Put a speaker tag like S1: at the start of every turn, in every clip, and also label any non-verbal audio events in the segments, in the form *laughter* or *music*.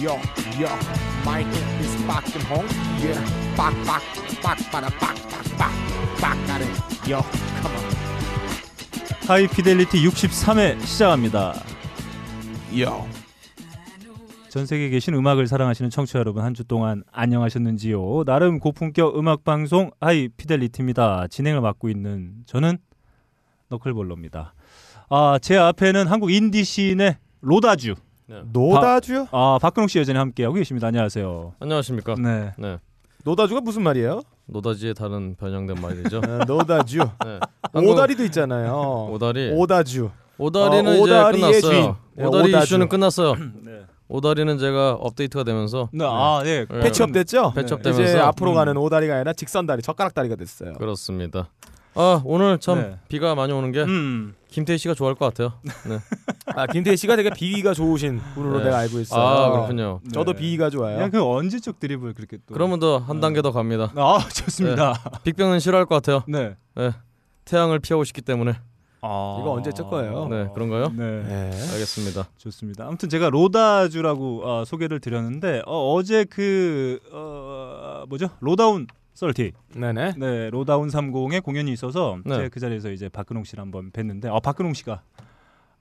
S1: yo, yo, my name is Park and Hong. Yeah, Park, Park, Park, para, Park, Park, Park, Park, got it. Yo, come on.
S2: 하이피델리티 63회 시작합니다.
S1: Yo.
S2: 전 세계에 계신 음악을 사랑하시는 청취자 여러분 한 주 동안 안녕하셨는지요? 나름 고품격 음악 방송 하이피델리티입니다. 진행을 맡고 있는 저는 너클볼러입니다. 아, 제 앞에는 한국 인디 시인의 로다주.
S3: 노다주요?
S2: 아, 박근홍 씨 여전히 함께하고 계십니다. 안녕하세요.
S4: 안녕하십니까?
S2: 네.
S4: 네.
S3: 노다주가 무슨 말이에요?
S4: 노다지의 다른 변형된 말이죠.
S3: 아, 노다주. *laughs*
S4: 네. 한국-
S3: 오다리도 있잖아요. 어,
S4: 오다리.
S3: 오다주.
S4: 오다리는
S3: 어,
S4: 이제
S3: 오다리의 주인.
S4: 끝났어요.
S3: 네,
S4: 오다리
S3: 오다주.
S4: 이슈는 끝났어요.
S2: 네.
S4: 오다리는 제가 업데이트가 되면서
S2: 네. 아, 예.
S4: 네.
S3: 패치업 됐죠?
S4: 패치업
S3: 네. 이제
S4: 되면서,
S3: 앞으로
S2: 음.
S3: 가는 오다리가 아니라 직선다리, 젓가락다리가 됐어요.
S4: 그렇습니다. 아 오늘 참
S2: 네.
S4: 비가 많이 오는 게
S2: 음.
S4: 김태희 씨가 좋아할 것 같아요.
S3: 아, 김태희 씨가 되게 비위가 좋으신 분으로
S4: 네.
S3: 내가 알고 있어요.
S4: 아 그렇군요.
S3: 저도
S2: 네.
S3: 비위가
S2: 그냥
S3: 좋아요.
S2: 그 언제적 드립을 그렇게 또
S4: 그러면 더 한
S2: 네.
S4: 단계 더 갑니다.
S2: 아, 좋습니다.
S4: 빅뱅은 싫어할 것 같아요.
S2: 네.
S4: 태양을 피하고 싶기 때문에.
S2: 아.
S3: 이거 언제 적 거예요?
S4: 네 그런가요?
S2: 네.
S3: 네.
S4: 알겠습니다.
S2: 좋습니다. 아무튼 제가 로다주라고 어, 소개를 드렸는데 어, 제그 어, 뭐죠? 로다운 썰티.
S3: 네네.
S2: 네, 로다운 30의 공연이 있어서
S4: 네.
S2: 제가 그 자리에서 이제 박근홍 씨를 한번 뵀는데 아, 박근홍 씨가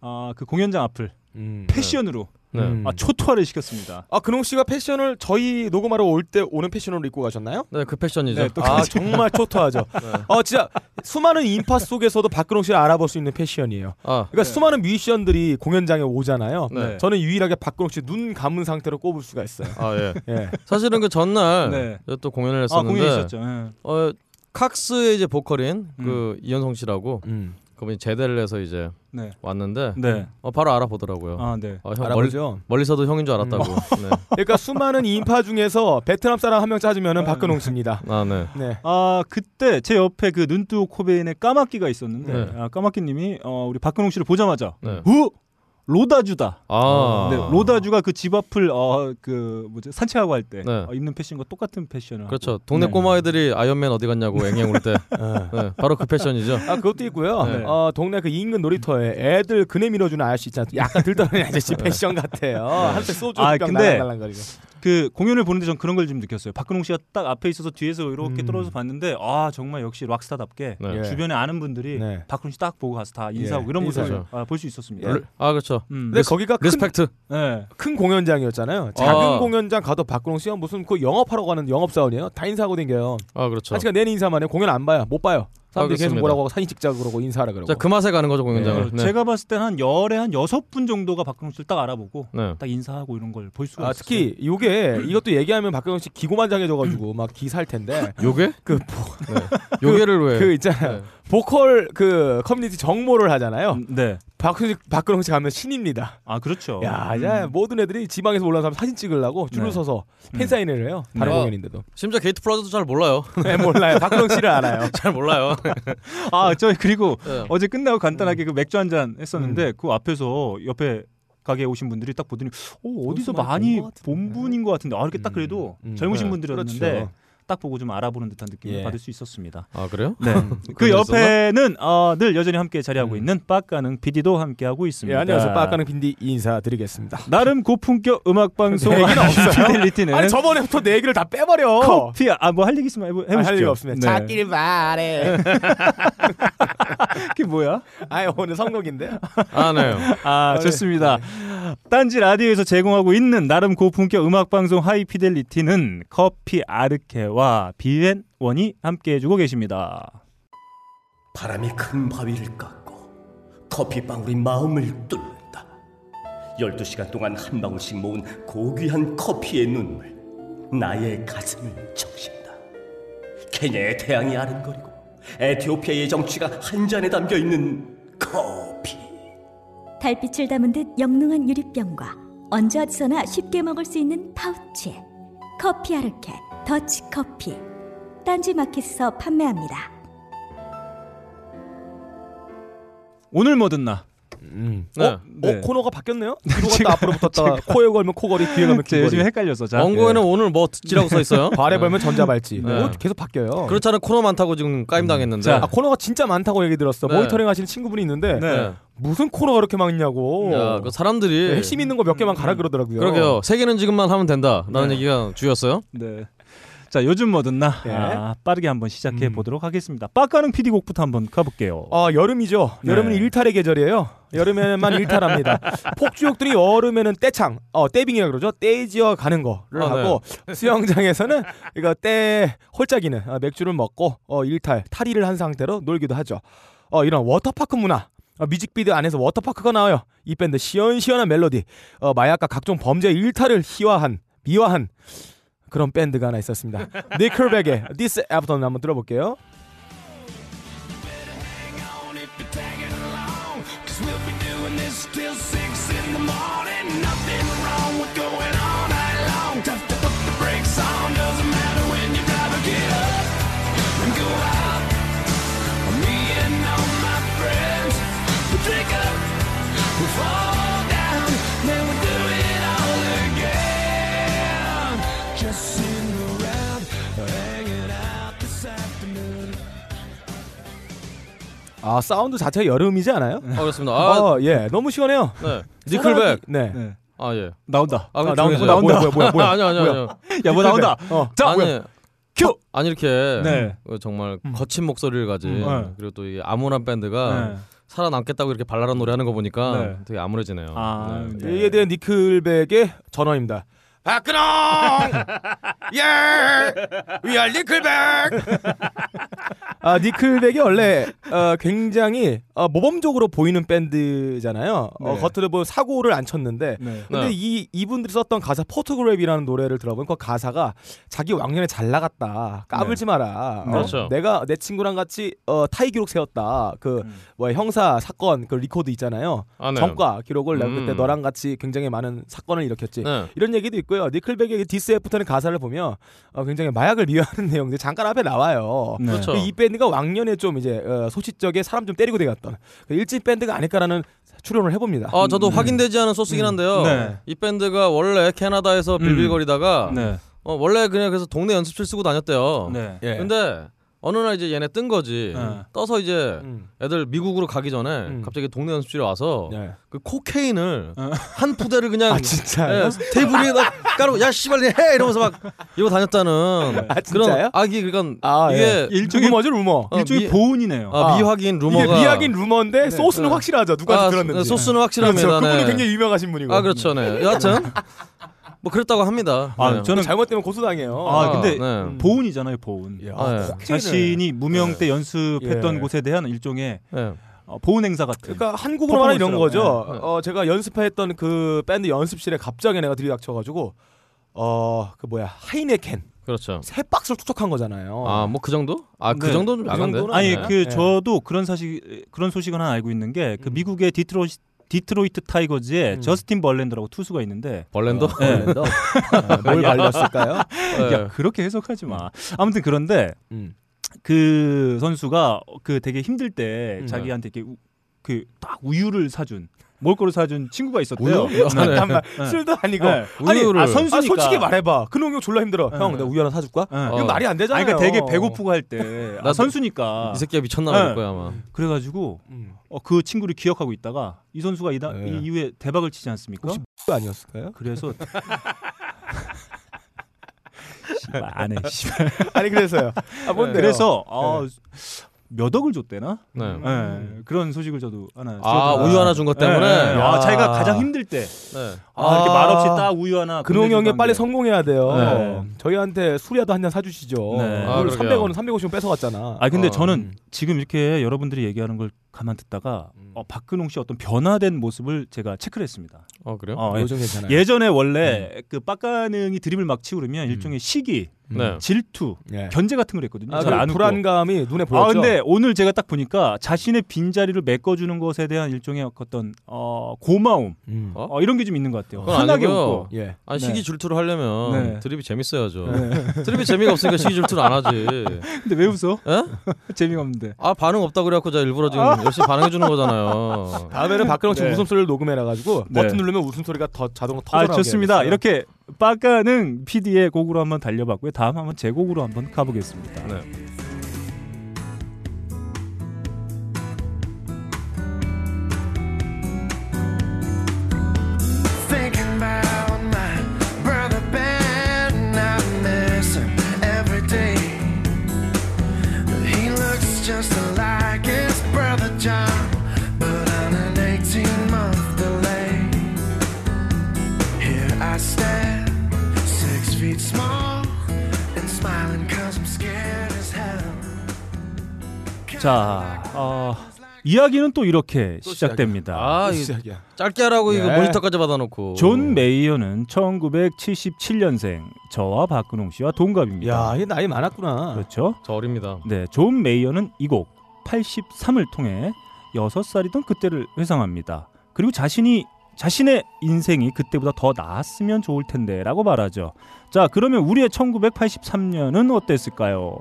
S2: 아, 그 공연장 앞을
S3: 음.
S2: 패션으로
S4: 네.
S3: 음.
S2: 아, 초토화를 시켰습니다.
S3: 아 근홍 씨가 패션을 저희 녹음하러 올 때 오는 패션으로 입고 가셨나요?
S4: 네 그 패션이죠. 네.
S2: 네,
S3: 아 정말 초토하죠. 어 진짜 수많은 인파 속에서도 박근홍 씨를 알아볼 수 있는 패션이에요.
S4: 아
S3: 그러니까
S2: 네.
S3: 수많은 뮤지션들이 공연장에 오잖아요.
S4: 네.
S3: 저는 유일하게 박근홍 씨 눈 감은 상태로 꼽을 수가 있어요.
S4: 아 예.
S3: 예.
S4: 사실은 그 전날
S2: 네.
S4: 제가 또 공연을
S2: 아,
S4: 했었는데
S2: 공연 있었죠. 예.
S4: 어 칵스의 이제 보컬인 그 이현성 씨라고
S3: 음.
S4: 그분이 제대를 해서 이제
S2: 네.
S4: 왔는데
S2: 네.
S4: 어, 바로 알아보더라고요.
S2: 아, 네.
S4: 어, 형 멀리,
S3: 알아보죠.
S4: 멀리서도 형인 줄 알았다고. 네.
S3: 그러니까 수많은 인파 중에서 베트남 사람 한 명
S2: 네.
S3: 찾으면은 박근홍 씨입니다.
S4: 아 네.
S3: 네.
S2: 아 그때 제 옆에 그 눈뜨고 코베인의 까마귀가 있었는데
S4: 네.
S2: 아, 까마귀님이 어, 우리 박근홍 씨를 보자마자
S3: 음.
S4: 네.
S2: 우 로다주다.
S4: 아.
S2: 네, 로다주가 그 집 앞을 어, 그 뭐지 산책하고 할 때 어,
S4: 네.
S2: 입는 패션과 똑같은 패션을
S4: 그렇죠. 동네
S2: 네.
S4: 꼬마애들이 아이언맨 어디 갔냐고 앵앵 울 때.
S3: 아
S4: 네. 바로 그 패션이죠.
S3: 그것도 있고요.
S2: 네.
S3: 어, 동네 그 인근 놀이터에 애들 그네 밀어주는 아저씨 있잖아요. 약간 들떠는
S2: *laughs*
S3: 아저씨 패션 같아요. 한때 소주
S2: 네. 아,
S3: 한병
S2: 근데-
S3: 날랑날랑거리고.
S2: 하고. 그 공연을 보는데 전 그런 걸 좀 느꼈어요. 박근홍 씨가 딱 앞에 있어서 뒤에서 이렇게
S3: 음.
S2: 떨어져서 봤는데 아 정말 역시 락스타답게
S4: 네.
S3: 예.
S2: 주변에 아는 분들이
S3: 네.
S2: 박근홍 씨 딱 보고 가서 다 인사하고
S3: 예,
S2: 이런 모습을
S4: 인사죠.
S2: 아, 볼 수 있었습니다.
S4: 르- 아 그렇죠.
S2: 음.
S3: 근데 거기가 큰
S4: 리스펙트.
S2: 네.
S3: 큰 공연장이었잖아요. 작은
S4: 아.
S3: 공연장 가도 박근홍 씨가 무슨 그 영업하러 가는 영업사원이에요. 다 인사하고 댕겨요.
S4: 아 그렇죠.
S3: 한 시간 내내 인사만 해요. 공연 안 봐요. 못 봐요. 사람들이
S4: 아,
S3: 계속
S4: 그렇습니다.
S3: 뭐라고 하고 사진 찍자 그러고 인사하라 그러고.
S4: 자, 그 맛에 가는 거죠
S2: 어,
S4: 공연장을. 네.
S2: 제가 봤을 때 한 열에 한 여섯 분 정도가 박근홍 씨를 딱 알아보고
S4: 네.
S2: 딱 인사하고 이런 걸 볼 수가
S3: 아, 특히 요게 이것도 얘기하면 박근홍 씨 기고만장해져 가지고 막 기 살 텐데.
S4: 요게? 네.
S3: 그,
S4: *laughs* 요게를 왜?
S3: 그 있잖아요.
S4: *laughs* 네. 음.
S3: 보컬 그 커뮤니티 정모를 하잖아요.
S2: 있었어요. 네.
S3: 박근홍 씨, 박근홍 씨 가면 신입니다.
S2: 아
S4: 어.
S2: 그렇죠.
S3: 야, 이제
S4: 음.
S3: 모든 애들이 지방에서 올라온 사람 사진 찍으려고 줄을
S2: 네.
S3: 서서
S2: 음.
S3: 팬사인회를 해요. 다른
S4: 네.
S3: 공연인데도.
S4: 심지어 게이트 플라자도 잘 몰라요. *laughs*
S3: 네, 몰라요. 박근홍 씨를 알아요.
S4: 잘 몰라요.
S2: 아, 저 그리고
S4: 네.
S2: 어제 끝나고 간단하게
S3: 음.
S2: 그 맥주 한 잔 했었는데 그 앞에서 옆에 가게에 오신 분들이 딱 보더니 어, 어디서
S3: 정말
S2: 많이
S3: 본것 같은데.
S2: 본 분인 것 같은데 아 이렇게 딱
S3: 음,
S2: 그래도
S3: 음,
S2: 젊으신
S4: 네.
S2: 분들이었는데
S3: 그렇죠.
S2: 딱 보고 좀 알아보는 듯한 느낌을
S3: 예.
S2: 받을 수 있었습니다.
S4: 아 그래요?
S2: 네. *laughs* 그
S4: 그런 게
S2: 옆에는 어, 늘 여전히 함께 자리하고
S3: 음.
S2: 있는 빡가능 PD도 함께 하고
S3: 예,
S2: 있습니다.
S4: 네.
S3: 안녕하세요. 빠까는 빈디 인사드리겠습니다.
S2: 나름 고품격 음악 방송
S3: *laughs* 내 얘기는 네, 없어요?
S2: 피델리티는
S3: 아니 저번에부터 내 얘기를 다 빼버려.
S2: 커피 아뭐 할 얘기 있으면 해보,
S3: 아니,
S2: 해보시죠.
S3: 할 얘기 없습니다.
S2: 네.
S3: 찾길 바래.
S2: 그게 뭐야?
S3: 아 오늘 선곡인데.
S4: 아 네.
S2: 아,
S3: 네.
S2: 좋습니다. 딴지 라디오에서 제공하고 있는 나름 고품격 음악 방송 하이피델리티는 커피 아르케와 비엔원이 함께 해주고 계십니다.
S5: 바람이 큰 바위를 깎고 커피방울이 마음을 뚫는다. 12시간 동안 한 방울씩 모은 고귀한 커피의 눈물 나의 가슴을 적신다. 케냐의 태양이 아른거리고 에티오피아의 정취가 한 잔에 담겨 있는 커피.
S6: 달빛을 담은 듯 영롱한 유리병과 언제 어디서나 쉽게 먹을 수 있는 파우치에 커피 아르케 더치커피 딴지 마켓에서 판매합니다.
S2: 오늘 뭐 듣나?
S3: 음.
S4: 네.
S3: 어?
S2: 네.
S3: 어 코너가 바뀌었네요? 뒤로 갔다 앞으로 붙었다가 코에 걸면 코걸이 뒤에
S2: 제
S3: 걸면 귀걸이
S2: 요즘 헷갈려서 잘.
S4: 원고에는 오늘 뭐 듣지라고
S2: *laughs*
S4: 써 있어요.
S3: 발에 걸면 전자발찌
S4: 네.
S3: 뭐 계속 바뀌어요
S4: 그렇잖아요. 코너 많다고 지금 까임 당했는데.
S2: 음. 자.
S3: 아 코너가 진짜 많다고 얘기 들었어
S4: 네.
S3: 모니터링 하시는 친구분이 있는데
S2: 네.
S3: 무슨 코너가 그렇게 많냐고
S4: 예.
S3: 네,
S4: 야, 그 사람들이
S3: 핵심 있는 거 몇 개만 가라 그러더라고요
S4: 그러게요. 세계는 지금만 하면 된다라는 얘기가
S2: *laughs*
S4: 주였어요.
S2: 네. 자 요즘 뭐든 나
S3: 네.
S2: 아, 빠르게 한번 시작해 보도록 하겠습니다. 빡가는 PD 곡부터 한번 가볼게요.
S3: 아 여름이죠.
S2: 네.
S3: 여름은 일탈의 계절이에요.
S4: *laughs*
S3: 여름에만 일탈합니다. 폭주족들이 여름에는 떼창, 어 떼빙이라 고 그러죠. 떼지어 가는 거를
S4: 아, 네.
S3: 하고 수영장에서는 이거 떼 홀짝이는 아, 맥주를 먹고 어 일탈 탈의를 한 상태로 놀기도 하죠. 어 이런 워터파크 문화. 어, 뮤직비디오 안에서 워터파크가 나와요. 이 밴드 시원시원한 멜로디, 어, 마약과 각종 범죄 일탈을 희화한, 미화한 그런 밴드가 하나 있었습니다. *laughs* 니클백의 This Afternoon 한번 들어볼게요. 아 사운드 자체가 여름이지 않아요?
S4: 아, 그렇습니다.
S3: 아,
S2: 어.
S4: 아,
S3: 예, 너무 시원해요.
S4: 네. 니클백.
S3: 네.
S2: 네.
S4: 아, 예.
S2: 나온다.
S4: 아, 그럼
S3: 나온-
S4: 조용히 해요.
S3: 나온다. 어, 뭐야, 뭐야, 뭐야.
S4: 아니요, 아니요,
S3: 뭐야.
S4: 아니요.
S2: 야 뭐 나온다.
S3: 어.
S2: 자
S4: 아니,
S2: 큐.
S4: 아니 이렇게
S2: 네.
S4: 어, 정말 거친 목소리를 가진
S2: 음, 네.
S4: 그리고 또 이게 암울한 밴드가
S2: 네.
S4: 살아남겠다고 이렇게 발랄한 노래 하는 거 보니까
S2: 네.
S4: 되게 암울해지네요.
S2: 아,
S4: 네.
S2: 네.
S3: 이에 대한 니클백의 전화입니다.
S4: *laughs*
S3: 박근홍! 예! We are 니클백! 아, 니클백이 원래 어, 굉장히 어, 모범적으로 보이는 밴드잖아요. 어,
S2: 네.
S3: 겉으로 보면 사고를 안 쳤는데
S2: 네.
S3: 근데
S4: 네.
S3: 이 이분들이 썼던 가사 포토그랩이라는 노래를 들어보니까 가사가 자기 왕년에 잘 나갔다 까불지 마라 어?
S4: 네. 그렇죠.
S3: 내가 내 친구랑 같이 어, 타이 기록 세웠다 그 뭐야 형사 사건 그 리코드 있잖아요
S4: 음. 아, 네.
S3: 전과 기록을 내가
S4: 음.
S3: 그때 너랑 같이 굉장히 많은 사건을 일으켰지
S4: 네.
S3: 이런 얘기도 있고요 니클백의 디스 애프터는 가사를 보면 어, 굉장히 마약을 미워하는 *laughs* 내용들 잠깐 앞에 나와요
S2: 네.
S4: 그렇죠.
S3: 이 밴드가 왕년에 좀 이제 어, 소시적에 사람 좀 때리고 되갔던 그 일진 밴드가 아닐까라는 추론을 해봅니다
S4: 아, 저도 확인되지 않은 소스긴 한데요.
S2: 음. 네. 음.
S4: 이 밴드가 원래 캐나다에서 빌빌거리다가
S2: 네.
S4: 어, 원래 그냥 그래서 동네 연습실 쓰고 다녔대요.
S2: 네.
S3: 예.
S4: 근데 어느 날 이제 얘네 뜬 거지.
S2: 네.
S4: 떠서 이제
S3: 음.
S4: 애들 미국으로 가기 전에
S3: 음.
S4: 갑자기 동네 연습실에 와서
S3: 네.
S4: 그 코케인을 한 부대를
S3: *laughs*
S4: 그냥
S3: 아 진짜요?
S4: 예, 테이블 위에 막 깔고 야 씨발 얘해 이러면서 막 이러고 다녔다는
S3: 아,
S4: 그런
S3: 진짜요?
S4: 아기 그러니까
S3: 아,
S4: 이게
S2: 일종의
S3: 루머죠 루머.
S4: 어,
S2: 일종의
S4: 미-
S2: 보은이네요.
S4: 아,
S3: 아.
S4: 미확인
S3: 이게
S4: 루머가
S3: 미학인 루머인데 소스는
S4: 네.
S3: 확실하죠. 누가
S4: 아,
S3: 들었는지.
S4: 소스는 확실합니다.
S3: 그렇죠. 그분이
S4: 네.
S3: 굉장히 유명하신 분이고.
S4: 아 그렇죠 네 여하튼 뭐 그랬다고 합니다
S2: 아,
S4: 네.
S2: 저는
S3: 잘못되면 고소당해요.
S2: 아, 근데
S3: 음.
S4: 네.
S2: 보은이잖아요, 보은.
S3: 야,
S4: 아, 네.
S3: 코끼리네.
S2: 자신이 무명 때 연습했던
S3: 예.
S2: 곳에 대한 일종의
S4: 네.
S2: 어, 보은 행사 같은.
S3: 그러니까 한국으로 말하면 이런 거죠.
S2: 퍼포먼스라고.
S4: 네.
S3: 어, 제가 연습했던 그 밴드 연습실에 갑자기 내가 들이닥쳐가지고 어 그 뭐야 하이네켄
S4: 그렇죠
S3: 세 박스를 투척한 거잖아요.
S4: 아 뭐 그 정도 아 그
S2: 어. 네.
S4: 정도는 좀
S3: 그
S4: 약한데
S3: 정도는
S2: 아니
S4: 네.
S2: 그
S3: 네.
S2: 저도 그런 사실 그런 소식 하나 알고 있는 게 그
S3: 음.
S2: 미국의 디트로 디트로이트 타이거즈에
S3: 음.
S2: 저스틴 벌랜드라고 투수가 있는데
S4: 벌렌도
S3: 어, 랜더. 아, 뭘 발렸을까요?
S2: *laughs*
S4: 어.
S2: 야 그렇게 해석하지 마. 아무튼 그런데
S3: 음.
S2: 그 선수가 그 되게 힘들 때
S3: 음.
S2: 자기한테 이렇게 그 딱 우유를 사준 먹을 거를 사준 친구가 있었대요.
S4: 우유? 아, 네.
S3: 잠깐만
S2: 네.
S3: 술도 아니고.
S2: 네.
S3: 아니,
S4: 우유를.
S2: 아
S3: 아,
S2: 선수니까.
S3: 솔직히 말해봐. 근홍이 좋졸라 *laughs* 힘들어.
S2: 네.
S3: 형, 내가 우유 하나 사줄까?
S2: 네.
S3: 이건
S4: 어.
S3: 말이 안 되잖아요. 음.
S2: 아니 그러니까 되게 배고프고 할 때
S4: 나도-
S2: 아, 선수니까
S4: 이 새끼가 미쳤나 볼
S2: 네.
S4: 거야 아마
S2: 그래가지고
S3: 음.
S2: 어, 그 친구를 기억하고 있다가 이 선수가 이다,
S3: 네.
S2: 이 이후에 대박을 치지 않습니까?
S3: 혹시 X
S2: *laughs*
S3: 아니었을까요?
S2: 그래서 씨발 안해 씨발.
S3: 아니 그래서요. 아 뭔데요?
S2: 그래서 어, 몇 억을 줬대나?
S4: 네.
S2: 예, 그런 소식을 저도 하나.
S4: 아
S2: 들었다가.
S4: 우유 하나 준 것
S2: 예,
S4: 때문에
S2: 예. 아 자기가 가장 힘들 때
S4: 네.
S2: 아, 이렇게
S3: 아.
S2: 말없이 딱 우유 하나.
S3: 근홍 형이
S2: 건네주던
S3: 빨리
S2: 게.
S3: 성공해야 돼요.
S2: 네.
S3: 저희한테 술이라도 한 잔 사주시죠.
S2: 네.
S4: 아,
S3: 오늘
S4: 그러게요.
S3: 300원은 350원 뺏어갔잖아.
S2: 아 근데
S4: 어,
S2: 저는 지금 이렇게 여러분들이 얘기하는 걸 가만 듣다가 어, 박근홍 씨 어떤 변화된 모습을 제가 체크를 했습니다.
S4: 어 그래요
S3: 아,
S2: 어, 예.
S3: 요즘 괜찮아요.
S2: 음. 예전에 원래 그 빡가능이 드립을 막 치고 그러면 일종의 시기
S4: 네.
S2: 질투,
S3: 예.
S2: 견제 같은 걸 했거든요.
S3: 아,
S2: 잘 안
S3: 그
S2: 웃고.
S3: 불안감이 눈에
S2: 아
S3: 보였죠.
S2: 근데 오늘 제가 딱 보니까 자신의 빈자리를 메꿔주는 것에 대한 일종의 어떤 어, 고마움
S3: 음.
S4: 어?
S2: 어, 이런 게 좀 있는 것 같아요.
S4: 그건
S2: 환하게
S4: 아니고요.
S2: 웃고.
S3: 예.
S4: 아 시기 질투를 하려면
S2: 네.
S4: 드립이 재밌어야죠. *laughs* 드립이 재미가 없으니까 시기 질투를 안 하지.
S2: 근데 왜 웃어? *laughs*
S4: 예?
S2: 재미가 없는데.
S4: 아 반응 없다 그래갖고 자 일부러 지금
S2: 아.
S4: 열심히 반응해 주는 거잖아요.
S3: 다음에는 박근홍 씨
S2: 네.
S3: 웃음소리를 녹음해놔 가지고
S2: 네.
S3: 버튼 누르면 웃음소리가 더 자동으로
S2: 아
S3: 터져나오게
S2: 좋습니다.
S3: 하겠어요.
S2: 이렇게 빠까는 PD의 곡으로 한번 달려봤고요. 다음 한번 제 곡으로 한번 가보겠습니다.
S4: 네.
S7: Thinking about my brother Ben, I miss him every day. He looks just like his brother John, but on an 18 month delay. Here I stand, six feet small, and smiling cause I'm scared as hell.
S2: 자, 어, 이야기는 또 이렇게
S3: 또
S2: 시작됩니다.
S4: 아 이거
S3: 시작이야.
S4: 짧게 하라고 이거
S3: 예.
S4: 모니터까지 받아놓고.
S2: 존 메이어는 1977년생 저와 박근홍 씨와 동갑입니다.
S3: 야, 이 나이 많았구나.
S2: 그렇죠?
S4: 저 어립니다.
S2: 네, 존 메이어는 이 곡 83을 통해 6살이던 그때를 회상합니다. 그리고 자신이 자신의 인생이 그때보다 더 나았으면 좋을 텐데라고 말하죠. 자, 그러면 우리의 1983년은 어땠을까요?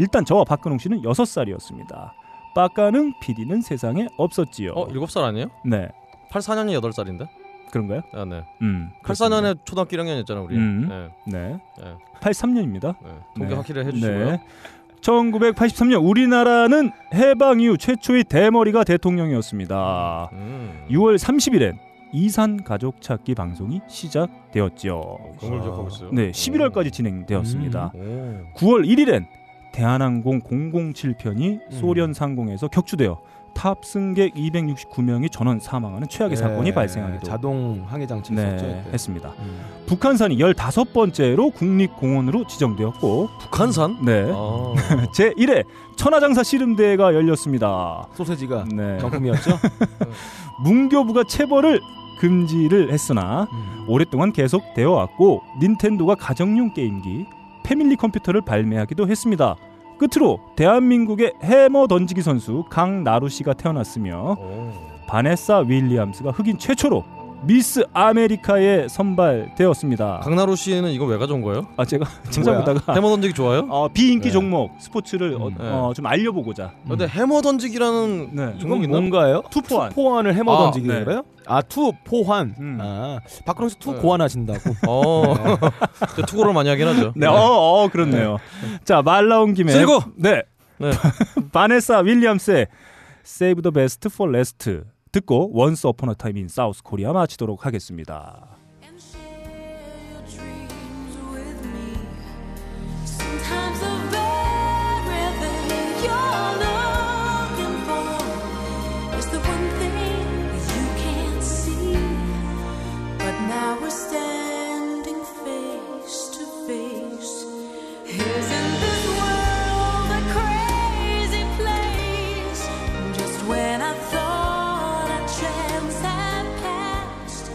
S2: 일단 저와 박근홍 씨는 6살이었습니다. 빠까는 PD는 세상에 없었지요.
S4: 어 일곱 살 아니에요?
S2: 네,
S4: 84년이 여덟 살인데?
S2: 그런가요?
S4: 아 네.
S2: 음.
S4: 84년에 초등학교 1학년이었잖아 우리.
S2: 음.
S4: 네.
S2: 네.
S4: 네.
S2: 83년입니다.
S4: 네. 동계
S2: 네.
S4: 확실히 해주시고요.
S2: 1983년 우리나라는 해방 이후 최초의 대머리가 대통령이었습니다.
S4: 음.
S2: 6월 30일엔 이산 가족 찾기 방송이 시작되었죠.
S4: 공을 기억하고 있어요.
S2: 네, 11월까지
S3: 음.
S2: 진행되었습니다.
S4: 오.
S2: 9월 1일엔 대한항공 007편이
S3: 음.
S2: 소련 상공에서 격추되어 탑승객 269명이 전원 사망하는 최악의 사건이
S3: 예,
S2: 발생하기도
S3: 자동 항해 장치
S2: 네,
S3: 있었죠. 이때.
S2: 했습니다.
S3: 음.
S2: 북한산이 15번째로 국립공원으로 지정되었고
S4: 북한산?
S2: 네.
S4: 아.
S2: 제 1회 천하장사 씨름대회가 열렸습니다.
S3: 소세지가
S2: 네.
S3: 정품이었죠.
S2: 문교부가 체벌을 금지를 했으나
S3: 음.
S2: 오랫동안 계속되어 왔고 닌텐도가 가정용 게임기 패밀리 컴퓨터를 발매하기도 했습니다. 끝으로 대한민국의 해머 던지기 선수 강나루 씨가 태어났으며
S4: 오.
S2: 바네사 윌리엄스가 흑인 최초로 미스 아메리카에 선발되었습니다.
S4: 강나루 씨는 이거 왜 가져온 거예요?
S2: 아 제가 *laughs* 잠깐
S3: 뭐야?
S2: 보다가
S4: 해머 던지기 좋아요?
S2: 어, 비인기
S4: 네.
S2: 종목 스포츠를 어,
S4: 네.
S2: 어, 좀 알려보고자
S3: 음.
S4: 근데 해머 던지기라는
S2: 네.
S3: 이건
S4: 종목 네. 있나?
S3: 뭔가요?
S2: 투포환.
S3: 투포환을 해머
S4: 아,
S3: 던지기
S2: 네.
S3: 그래요? 아, 투포환.
S2: 음.
S3: 아, 박근홍 씨투
S4: 네.
S3: 고환하신다고.
S4: 어. 근데 투고를 많이 하긴 하죠.
S2: 네, 어, 어, 그렇네요. 자, 말 나온 김에
S4: 쓸고!
S2: 네.
S4: 네.
S2: *laughs* 바네사 윌리엄스의 Save the Best for Last 듣고 Once Upon a Time in South Korea 마치도록 하겠습니다.
S8: and share your dreams with me. Sometimes the very thing you're looking for is the one thing that you can't see. But now we're standing face to face. Isn't this world a crazy place? Just when I thought our chance had passed.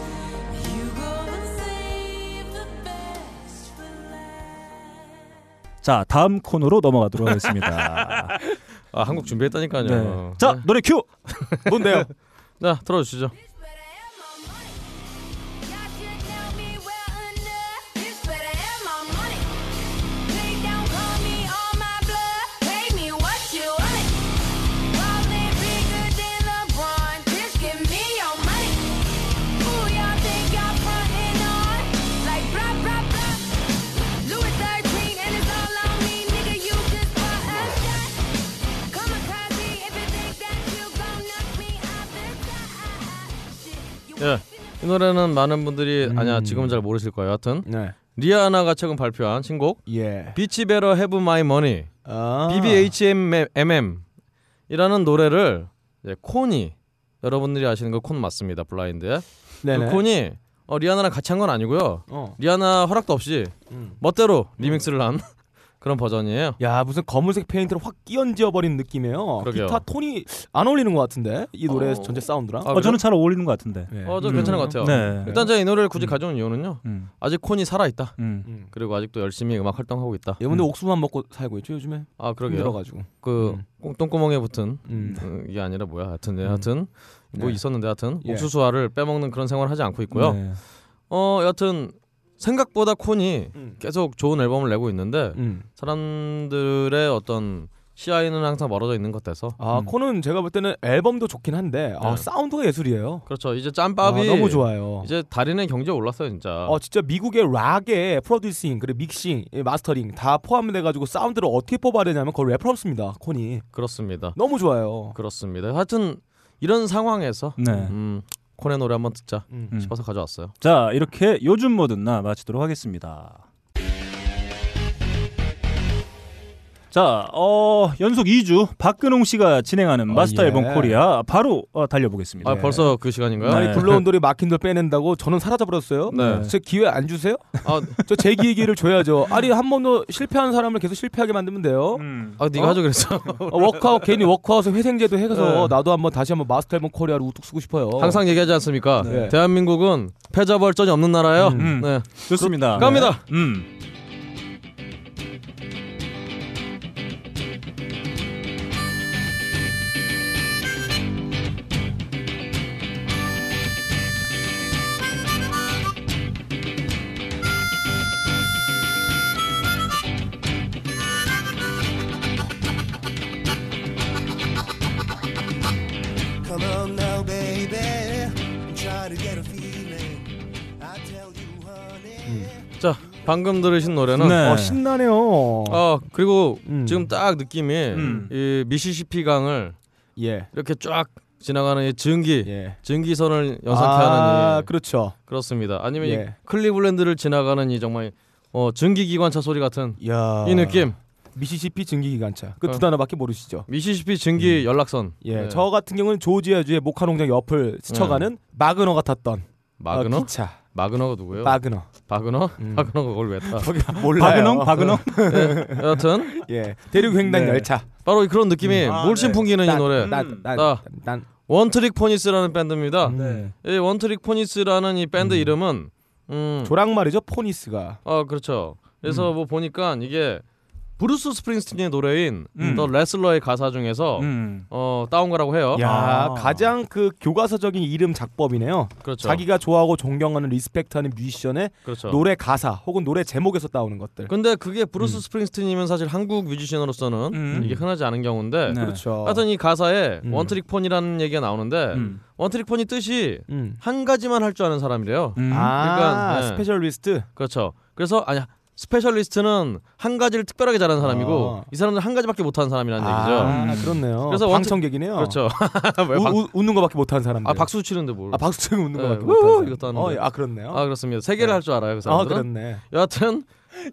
S8: You go and save the best for last.
S2: 자, 다음 코너로 넘어가도록
S4: *laughs*
S2: 하겠습니다.
S4: 아, 한국 준비했다니까요.
S2: 네. 자, 노래 큐.
S3: 뭔데요?
S4: 자, 들어주시죠.
S8: But I am my money. Y'all should know me well enough. This but I am my money. They don't call me on my blood. Pay me what you want. While they bigger than LeBron, just give me your money. Who y'all think y'all frontin' on? Like blah blah blah. Louis 13 and it's all on me, nigga. You just bought a shot. Come across me if you think that you gon' knock me out the side. Shit, you
S4: 예. 이 노래는 많은 분들이
S3: 음.
S4: 아니야 지금은 잘 모르실 거예요. 하여튼
S3: 네.
S4: 리아나가 최근 발표한 신곡
S3: 예.
S4: 비치베러 해브 마이 머니
S3: 아.
S4: BBHMM 이라는 노래를 이제 콘이 여러분들이 아시는 그 콘 맞습니다. 블라인드의
S3: 네네.
S4: 그 콘이 어, 리아나랑 같이 한 건 아니고요.
S3: 어. 음.
S4: 리아나 허락도 없이 멋대로 리믹스를 한 *laughs* 그런 버전이에요.
S3: 야 무슨 검은색 페인트를 확 끼얹어 버린 느낌이에요.
S4: 그러게요.
S3: 기타 톤이 안 어울리는 것 같은데 이 노래
S4: 어.
S3: 전체 사운드랑.
S4: 아,
S2: 어, 저는 잘 어울리는 것 같은데.
S3: 네.
S4: 어, 저
S2: 음.
S4: 괜찮은 것 같아요.
S2: 네.
S4: 일단 제가 이 노래를 굳이
S2: 음.
S4: 가져온 이유는요.
S2: 음.
S4: 아직 콘이 살아 있다.
S2: 음.
S3: 음.
S4: 그리고 아직도 열심히 음악 활동하고 있다.
S3: 여러분들 옥수수만 먹고 살고 있죠 요즘에
S4: 아 그러게요.
S3: 힘들어가지고.
S4: 그
S3: 음.
S4: 꽁- 똥구멍에 붙은
S3: 음.
S4: 어, 이게 아니라 뭐야 하여튼 네,
S3: 음.
S4: 하여튼 뭐
S3: 네.
S4: 있었는데 하여튼
S3: 예.
S4: 옥수수알을 빼먹는 그런 생활을 하지 않고 있고요.
S2: 네.
S4: 어 여하튼 생각보다 콘이
S3: 음.
S4: 계속 좋은 앨범을 내고 있는데
S3: 음.
S4: 사람들의 어떤 시야에는 항상 멀어져 있는 것 같아서
S3: 아
S2: 음.
S3: 코는 제가 볼 때는 앨범도 좋긴 한데 아,
S4: 네.
S3: 사운드가 예술이에요.
S4: 그렇죠. 이제
S3: 아,
S4: 짬밥이
S3: 너무 좋아요.
S4: 이제 달인의 경지에 올랐어요 진짜.
S3: 어 진짜 미국의 락의 프로듀싱 그리고 믹싱 예, 마스터링 다 포함돼가지고 사운드를 어떻게 뽑아야 되냐면 거의 래퍼 없습니다 코니
S4: 그렇습니다.
S3: 너무 좋아요
S4: 그렇습니다. 하여튼 이런 상황에서
S2: 네.
S4: 음, 콘의 노래 한번 듣자
S3: 음.
S2: 음.
S4: 싶어서 가져왔어요.
S2: 자 이렇게 요즘 뭐든 나 마치도록 하겠습니다. 자, 어, 연속 2주 박근홍 씨가 진행하는 마스터
S3: 예.
S2: 앨범 코리아 바로 어, 달려보겠습니다.
S4: 아
S3: 네.
S4: 벌써 그 시간인가요?
S3: 아니
S2: 네.
S4: *laughs*
S3: 불러온 돌이 막힌 돌 빼낸다고 저는 사라져버렸어요
S4: 네.
S3: 제 기회 안 주세요?
S4: 아,
S3: 저 제 기회를 줘야죠 아니 한 번도 실패한 사람을 계속 실패하게 만들면 돼요
S2: 음.
S4: 아 네가 하죠 그랬어.
S3: 어, 워크아웃 괜히 워크아웃에 회생제도 해서
S4: 네.
S3: 나도 한번 다시 한번 마스터 앨범 코리아를 우뚝 쓰고 싶어요
S4: 항상 얘기하지 않습니까?
S3: 네.
S4: 대한민국은 패자벌전이 없는 나라예요.
S2: 음.
S4: 네.
S2: 좋습니다.
S3: 그,
S4: 갑니다.
S2: 네. 음.
S7: Come on now, baby. I'm trying to get a feeling. I tell you, honey.
S4: 자 방금 들으신 노래는
S2: 네.
S3: 어, 신나네요
S4: 아 그리고
S3: 음.
S4: 지금 딱 느낌이
S2: 음.
S4: 이 미시시피 강을
S3: 예
S4: 이렇게 쫙 지나가는 이 증기
S3: 예.
S4: 증기선을 연상케
S3: 아,
S4: 하는 이
S3: 그렇죠
S4: 그렇습니다. 아니면 이
S3: 예.
S4: 클리블랜드를 지나가는 이 정말 어 증기 기관차 소리 같은
S3: 이야.
S4: 이 느낌
S3: 미시시피 증기기관차 그 두
S4: 어.
S3: 단어밖에 모르시죠
S4: 미시시피 증기 연락선
S3: 예,
S4: 네.
S3: 저 같은 경우는 조지아주의 모카농장 옆을 스쳐가는 마그너가 탔던
S4: 마그너
S3: 어, 기차.
S4: 마그너가 누구예요?
S3: 마그너.
S4: *laughs* 바그너
S3: 음.
S4: 바그너가 그걸 왜 타?
S3: 몰라요.
S2: 박은홍, 박은홍.
S4: 여하튼
S3: 예, 대륙 횡단
S2: 네.
S3: 열차.
S4: 바로 그런 느낌이
S2: 음. 아, 네.
S4: 물씬 예, 풍기는 이 노래
S2: 음.
S3: 난난난
S4: 아.
S3: 난.
S4: 원트릭 포니스라는 밴드입니다.
S3: 네.
S4: 이 원트릭 포니스라는 이 밴드 이름은 음,
S3: 조랑 말이죠 포니스가.
S4: 아 그렇죠. 그래서 뭐 보니까 이게 브루스 스프링스틴의 노래인
S2: 음.
S4: 더 레슬러의 가사 중에서
S2: 음.
S4: 어 따온 거라고 해요.
S3: 야,
S2: 아.
S3: 가장 그 교과서적인 이름 작법이네요.
S4: 그렇죠.
S3: 자기가 좋아하고 존경하는 리스펙트하는 뮤지션의
S4: 그렇죠.
S3: 노래 가사 혹은 노래 제목에서 따오는 것들.
S4: 네. 근데 그게
S3: 음.
S4: 브루스 스프링스틴이면 사실 한국 뮤지션으로서는
S2: 음.
S4: 이게 흔하지 않은 경우인데
S2: 네.
S3: 그렇죠.
S4: 하여튼 이 가사에
S3: 음.
S4: 원트릭 폰이라는 얘기가 나오는데
S2: 음.
S4: 원트릭 폰이 뜻이
S3: 음.
S4: 한 가지만 할 줄 아는 사람이래요.
S2: 음.
S3: 아,
S4: 그러니까, 네.
S3: 스페셜리스트.
S4: 그렇죠. 그래서 아니야 스페셜리스트는 한 가지를 특별하게 잘하는 사람이고
S3: 아.
S4: 이 사람들은 한 가지밖에 못하는 사람이라는 얘기죠. 음.
S3: 아,
S2: 얘기죠.
S3: 그렇네요.
S4: 그래서 원트-
S3: 방청객이네요.
S4: 그렇죠. *laughs* 왜
S3: 우-
S4: 방-
S3: 우- 웃는 거밖에 못하는 사람들.
S4: 아 박수 치는데 뭘?
S3: 아 박수 치고 웃는
S4: 네,
S3: 거밖에
S4: 우후
S3: 못하는 사람.
S4: 이것도 하는데.
S3: 어, 예, 아 그렇네요.
S4: 아 그렇습니다. 세 개를
S3: 네.
S4: 할 줄 알아요 그
S3: 아,
S4: 사람들은.
S3: 그렇네.
S4: 여하튼